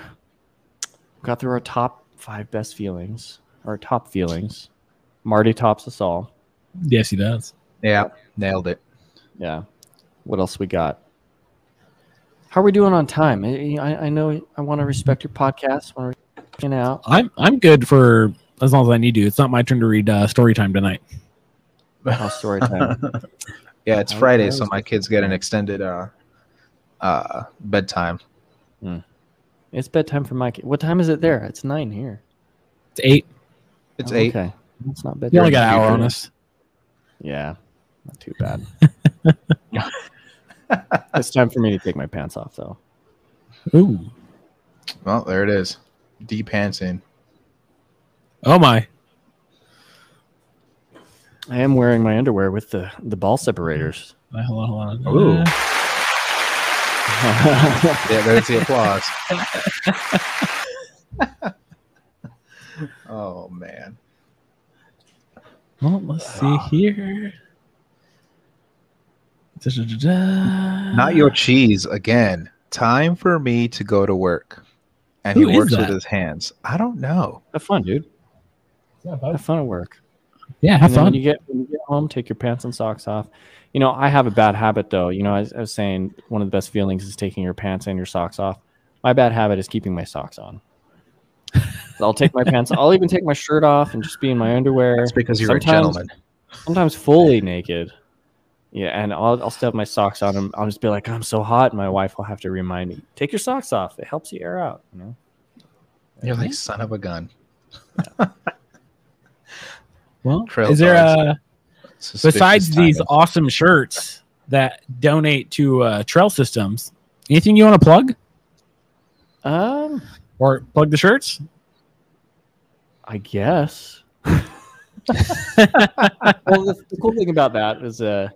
S2: got through our top five best feelings, our top feelings. Marty tops us all.
S1: Yes, he does.
S3: Yeah, nailed it.
S2: Yeah. What else we got? How are we doing on time? I, I I know I want to respect your podcast. Want to you out?
S1: I'm I'm good for as long as I need to. It's not my turn to read uh, story time tonight.
S2: Oh, story time.
S3: Yeah, it's
S2: I- I
S3: Friday, so
S2: was
S3: my
S2: just-
S3: kids get an extended uh, uh, bedtime.
S2: it's bedtime for my kid. What time is it there? It's nine here.
S1: It's eight.
S3: It's
S2: Oh,
S3: eight.
S2: Okay, it's not bedtime.
S1: You only got an hour on
S2: Yeah.
S1: us.
S2: Yeah, not too bad. it's time for me to take my pants off, though.
S1: Ooh.
S3: Well, there it is. Deep pants in.
S1: Oh my.
S2: I am wearing my underwear with the the ball separators.
S1: Uh, Hold on, hold on.
S3: Ooh.
S1: Uh,
S2: I
S3: Yeah, there's the applause. oh man.
S1: well, let's see here. Da-da-da-da.
S3: Not your cheese again. Time for me to go to work. And
S1: Who
S3: he
S1: is
S3: works
S1: that?
S3: with his hands. I don't know.
S2: Have fun, dude. Have fun at work.
S1: Yeah, have
S2: And then
S1: fun.
S2: When you get when you get home, take your pants and socks off. You know, I have a bad habit though. You know, I, I was saying one of the best feelings is taking your pants and your socks off. My bad habit is keeping my socks on. So I'll take my pants. I'll even take my shirt off and just be in my underwear.
S3: That's because you're a
S2: Sometimes-
S3: gentleman.
S2: sometimes fully naked. Yeah, and I'll I'll still have my socks on. And I'll just be like, I'm so hot. And my wife will have to remind me, take your socks off. It helps you air out. You know.
S3: You're like son of a gun.
S1: Well,
S3: Trail
S1: is there
S3: dogs.
S1: uh,
S3: Suspicious
S1: besides these
S3: timing.
S1: awesome shirts that donate to uh, Trail Systems? Anything you want to plug
S2: Um,
S1: or plug the shirts?
S2: I guess. well, the, the cool thing about that is, uh,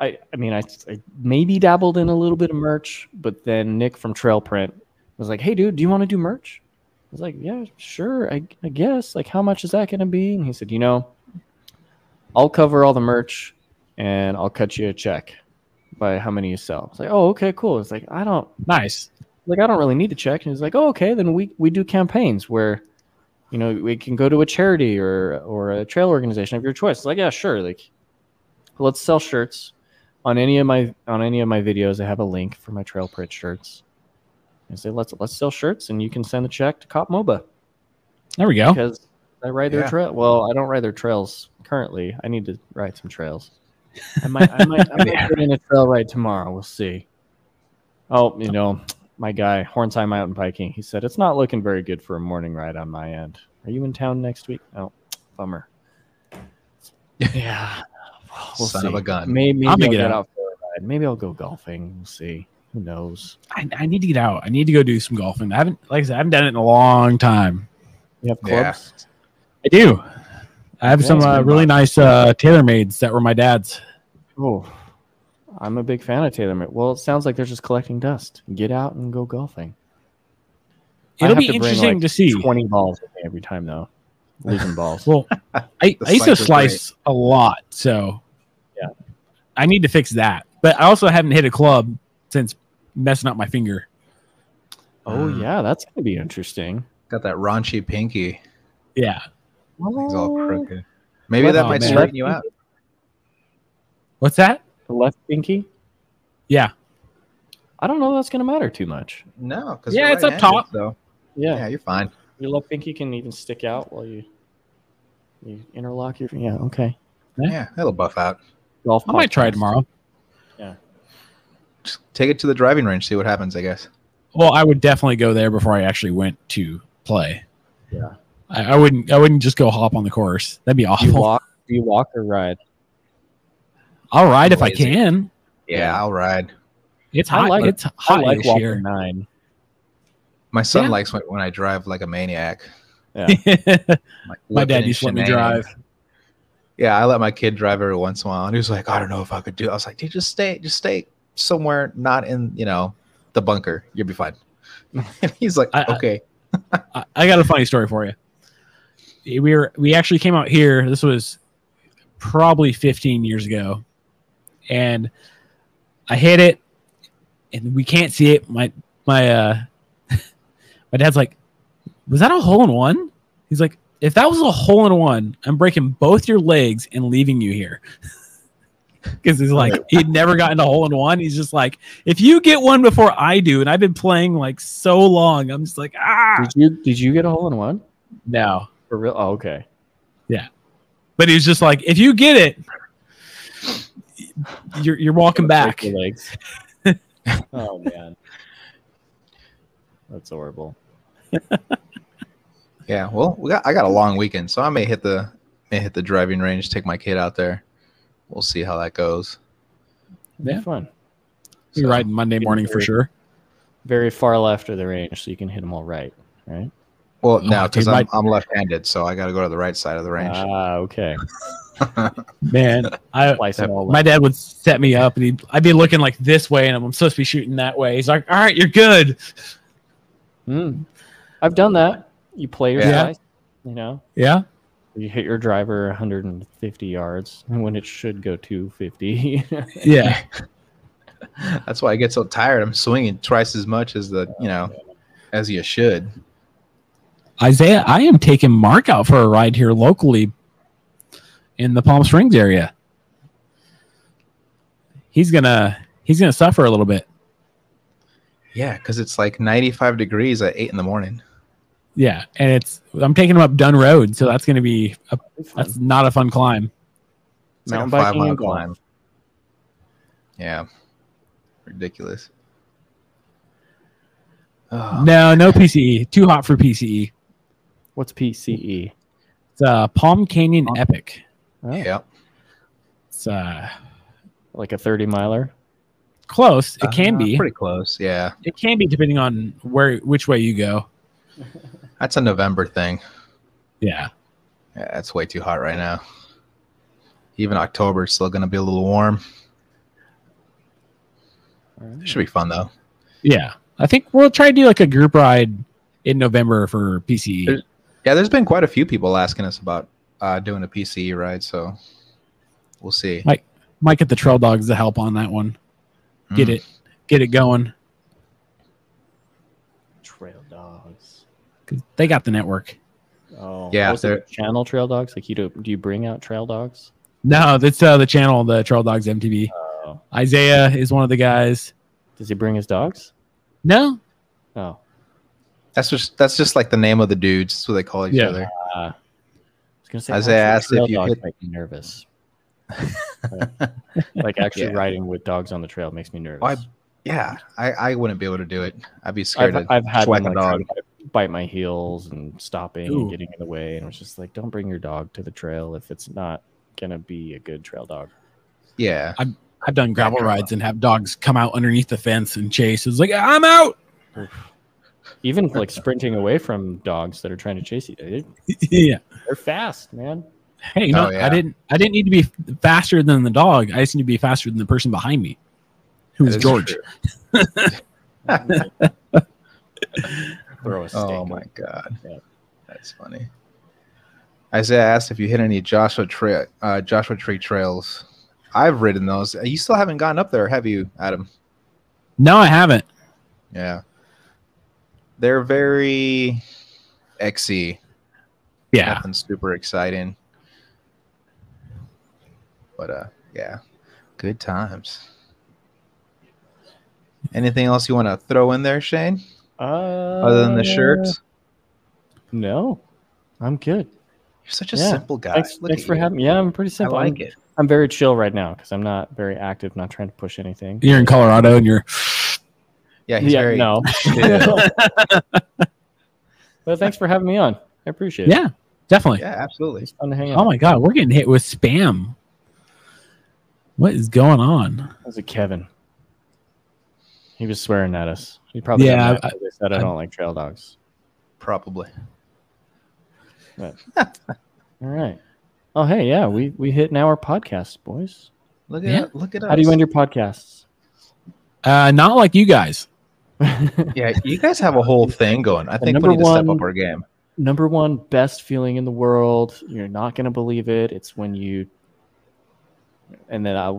S2: I I mean, I, I maybe dabbled in a little bit of merch, but then Nick from Trail Print was like, "Hey, dude, do you want to do merch?" I was like, "Yeah, sure, I I guess." Like, how much is that going to be? And he said, "You know, I'll cover all the merch, and I'll cut you a check by how many you sell." It's like, "Oh, okay, cool." It's like I don't
S1: Nice.
S2: like I don't really need to check. And he's like, oh, okay, then we we do campaigns where, you know, we can go to a charity or or a trail organization of your choice. It's like, yeah, sure. Like, let's sell shirts on any of my on any of my videos. I have a link for my trail print shirts. I say, let's let's sell shirts, and you can send a check to Cop Moba
S1: There we go.
S2: because I ride their
S3: Yeah.
S2: trail. Well, I don't ride their trails currently. I need to ride some trails. I might, I might, I might put in a trail ride tomorrow. We'll see. Oh, you know, my guy Hornsheim Mountain Biking. He said it's not looking very good for a morning ride on my end. Are you in town next week? Oh, bummer. Yeah, we'll
S3: Son
S2: see.
S3: of a gun.
S2: May- Maybe,
S1: I'll
S2: I'll
S1: make it
S2: get
S1: out.
S2: out for a ride. Maybe I'll go golfing. We'll see. Who knows?
S1: I, I need to get out. I need to go do some golfing. I haven't, like I said, I haven't done it in a long time.
S2: You have
S3: Yeah.
S2: clubs.
S1: I do. I have
S2: Yeah,
S1: some
S2: it's
S1: uh,
S2: been
S1: really nice uh, tailor mades that were my dad's.
S2: Oh, I'm a big fan of Taylor Made. Well, it sounds like they're just collecting dust. Get out and go golfing. I
S1: It'll
S2: have
S1: be
S2: to bring,
S1: interesting
S2: like,
S1: to see.
S2: Twenty balls with me every time though, losing balls.
S1: Well, I,
S3: The
S1: I used to
S3: slice is great.
S1: slice a lot, so
S2: Yeah.
S1: I need to fix that. But I also haven't hit a club since messing up my finger.
S2: oh yeah, that's gonna be interesting.
S1: Mm.
S3: Got that raunchy pinky.
S1: Yeah,
S3: He's all crooked. Maybe that
S1: Oh,
S3: might
S1: man.
S3: straighten you out.
S1: what's that?
S2: The left pinky.
S1: Yeah,
S2: I don't know. That's gonna matter too much.
S3: No, because
S1: Yeah, it's up top.
S3: Though.
S2: Yeah,
S3: Yeah, you're fine.
S2: your left pinky can even stick out while you you interlock your. Yeah, okay.
S1: Yeah.
S3: Yeah, it'll buff out.
S2: Golf.
S1: I might try
S2: podcast.
S1: tomorrow.
S3: Just take it to the driving range, see what happens. I guess.
S1: Well, I would definitely go there before I actually went to play.
S2: Yeah.
S1: I, I wouldn't. I wouldn't just go hop on the course. That'd be
S2: Do you
S1: awful.
S2: walk? Do you walk or ride?
S1: I'll ride if I
S3: Lazy.
S1: can.
S3: Yeah,
S2: Yeah.
S3: I'll ride.
S1: It's
S2: I
S1: hot.
S2: like-
S1: it's
S2: I
S1: hot
S2: like
S1: this
S2: walking
S1: year.
S2: nine.
S3: My son
S1: Yeah.
S3: likes when, when I drive like a maniac. Like
S1: My
S3: whipping
S1: dad
S3: and
S1: used to let me
S3: shenanigans.
S1: drive.
S3: Yeah, I let my kid drive every once in a while, and he was like, "I don't know if I could do." it." I was like, "Dude, just stay, just stay somewhere not in, you know, the bunker. You'll be fine." and he's like,
S1: I- I-
S3: "Okay,
S1: I, I got a funny story for you. We were we actually came out here. This was probably 15 years ago, and I hit it, and we can't see it. My my uh, my dad's like, "Was that a hole in one?" He's like, "If that was a hole in one, I'm breaking both your legs and leaving you here." Because he's like, he'd never gotten a hole in one. He's just like, if you get one before I do, and I've been playing like so long, I'm just like, ah,
S2: Did you did you get a hole in one?
S1: no.
S2: For real? Oh, okay.
S1: But he was just like, if you get it, you're you're walking
S2: Gonna
S1: back.
S2: break your legs. oh man, that's horrible.
S3: Yeah, well, we got I got a long weekend, so I may hit the may hit the driving range, take my kid out there. We'll see how that goes.
S2: Be
S1: Yeah.
S2: fun.
S1: You're
S3: So-
S1: right Monday morning for sure.
S2: Very far left of the range, so you can hit them all right. Right.
S3: Well,
S1: No,
S3: no, because
S1: Oh, dude, my-
S3: I'm, I'm left-handed, so I got to go to the right side of the range.
S2: Ah, okay.
S1: Man, I
S2: Slice 'em all
S1: my
S2: left.
S1: dad would set me up and he'd, I'd be looking like this way and I'm supposed to be shooting that way. He's like, "All right, you're good."
S2: Mm. I've done that. You play your
S1: Yeah.
S2: slice, you know,
S1: Yeah.
S2: you hit your driver 150 yards when it should go 250.
S1: Yeah. Uh,
S3: That's why I get so tired. I'm swinging twice as much as the you know as you should.
S1: Isaiah, I am taking Mark out for a ride here locally in the Palm Springs area. He's going to he's going to suffer a little bit.
S3: Yeah, because it's like 95 degrees at eight in the morning.
S1: Yeah, and it's I'm taking him up Dunn Road, so that's going to be a, that's not a fun climb.
S3: It's like a
S2: Mountain biking
S3: five-mile
S2: and golf.
S3: climb. Yeah, ridiculous. Oh,
S1: No, no PCE. Too hot for PCE.
S2: What's E? PCE?
S1: It's uh, Palm Canyon
S2: Palm-
S1: Epic.
S2: Oh,
S3: yeah,
S1: It's uh,
S2: Like a 30 miler.
S1: close. It can
S3: Uh,
S1: be.
S3: pretty close. Yeah,
S1: It can be depending on where which way you go.
S3: that's a November thing.
S1: Yeah.
S3: Yeah, it's way too hot right now. Even October is still going to be a little warm.
S2: All
S3: It
S2: right.
S3: should be fun though.
S1: Yeah. I think we'll try to do like a group ride in November for E. PCE.
S3: There's- Yeah, there's been quite a few people asking us about uh, doing a PCE ride, so we'll see.
S1: Might get the trail dogs to help on that one. Get
S3: Mm.
S1: it. Get it going.
S2: Trail dogs.
S1: 'Cause They got the network.
S2: Oh,
S3: Yeah,
S2: oh, is it
S3: they're-
S2: channel trail dogs. Like you do, do you bring out trail dogs?
S1: No, that's uh, the channel, the Trail Dogs MTV.
S2: Oh.
S1: Isaiah is one of the guys.
S2: Does he bring his dogs?
S1: No,
S2: Oh,
S3: That's just that's just like the name of the dudes. That's what they call each
S1: Yeah.
S3: other.
S2: uh, I was gonna say.
S3: Isaiah
S2: actually,
S3: asked if
S2: trail
S3: you
S2: dogs
S3: hit-
S2: make me nervous. like actually
S3: Yeah.
S2: riding with dogs on the trail makes me nervous.
S3: Why- Yeah, I, I wouldn't be able to do it. I'd be scared.
S2: I've,
S3: to
S2: I've had
S3: swag
S2: them,
S3: a
S2: like,
S3: dog.
S2: try to bite my heels and stopping
S1: Ooh.
S2: and getting in the way, and I was just like, "Don't bring your dog to the trail if it's not gonna be a good trail dog."
S3: Yeah,
S1: I've done gravel rides and have dogs come out underneath the fence and chase. It's like I'm out.
S2: Even like sprinting away from dogs that are trying to chase you, they-
S1: yeah.
S2: they're fast, man.
S1: Hey, you know,
S3: Oh, yeah.
S1: I didn't. I didn't need to be f- faster than the dog. I just need to be faster than the person behind me, who
S3: that
S1: was
S3: is
S1: George.
S3: true.
S2: Throw a stick.
S3: Oh my god,
S2: Yeah.
S3: that's funny. Isaiah asked if you hit any Joshua Tree uh, Joshua Tree trails. I've ridden those. You still haven't gotten up there, have you, Adam?
S1: No, I haven't.
S3: Yeah, they're very XE.
S1: Yeah,
S3: nothing super exciting. But uh, yeah, good times. Anything else you want to throw in there, Shane,
S2: Uh,
S3: other than the shirts?
S2: No, I'm good.
S3: You're such a
S2: yeah.
S3: simple guy.
S2: Thanks,
S3: Look
S2: thanks
S3: at
S2: for
S3: you.
S2: having me. Yeah, I'm pretty
S3: I
S2: simple.
S3: like
S2: I'm,
S3: it.
S2: I'm very chill right now because I'm not very active, not trying to push anything.
S1: you're in Colorado, and you're.
S3: Yeah, he's
S2: yeah,
S3: very
S2: no.
S3: chill.
S2: but thanks for having me on. I appreciate it.
S1: Yeah, definitely.
S3: yeah, absolutely.
S2: It's fun to hang out.
S1: Oh my God, we're getting hit with spam. What is going on?
S2: Was it Kevin? He was swearing at us. He probably
S1: Yeah,
S2: yeah.
S1: I-
S2: I, they said I, don't like trail dogs.
S3: Probably.
S2: All right. Oh hey, yeah, we we hit an hour podcast, boys.
S3: Look
S1: Yeah.
S3: at look at us.
S2: How do you end your podcasts?
S1: Uh, not like you guys.
S3: yeah, you guys have a whole thing going. I think we
S2: number
S3: need to step
S2: one-
S3: up our game.
S2: Number one best feeling in the world. You're not gonna believe it. It's when you and then I would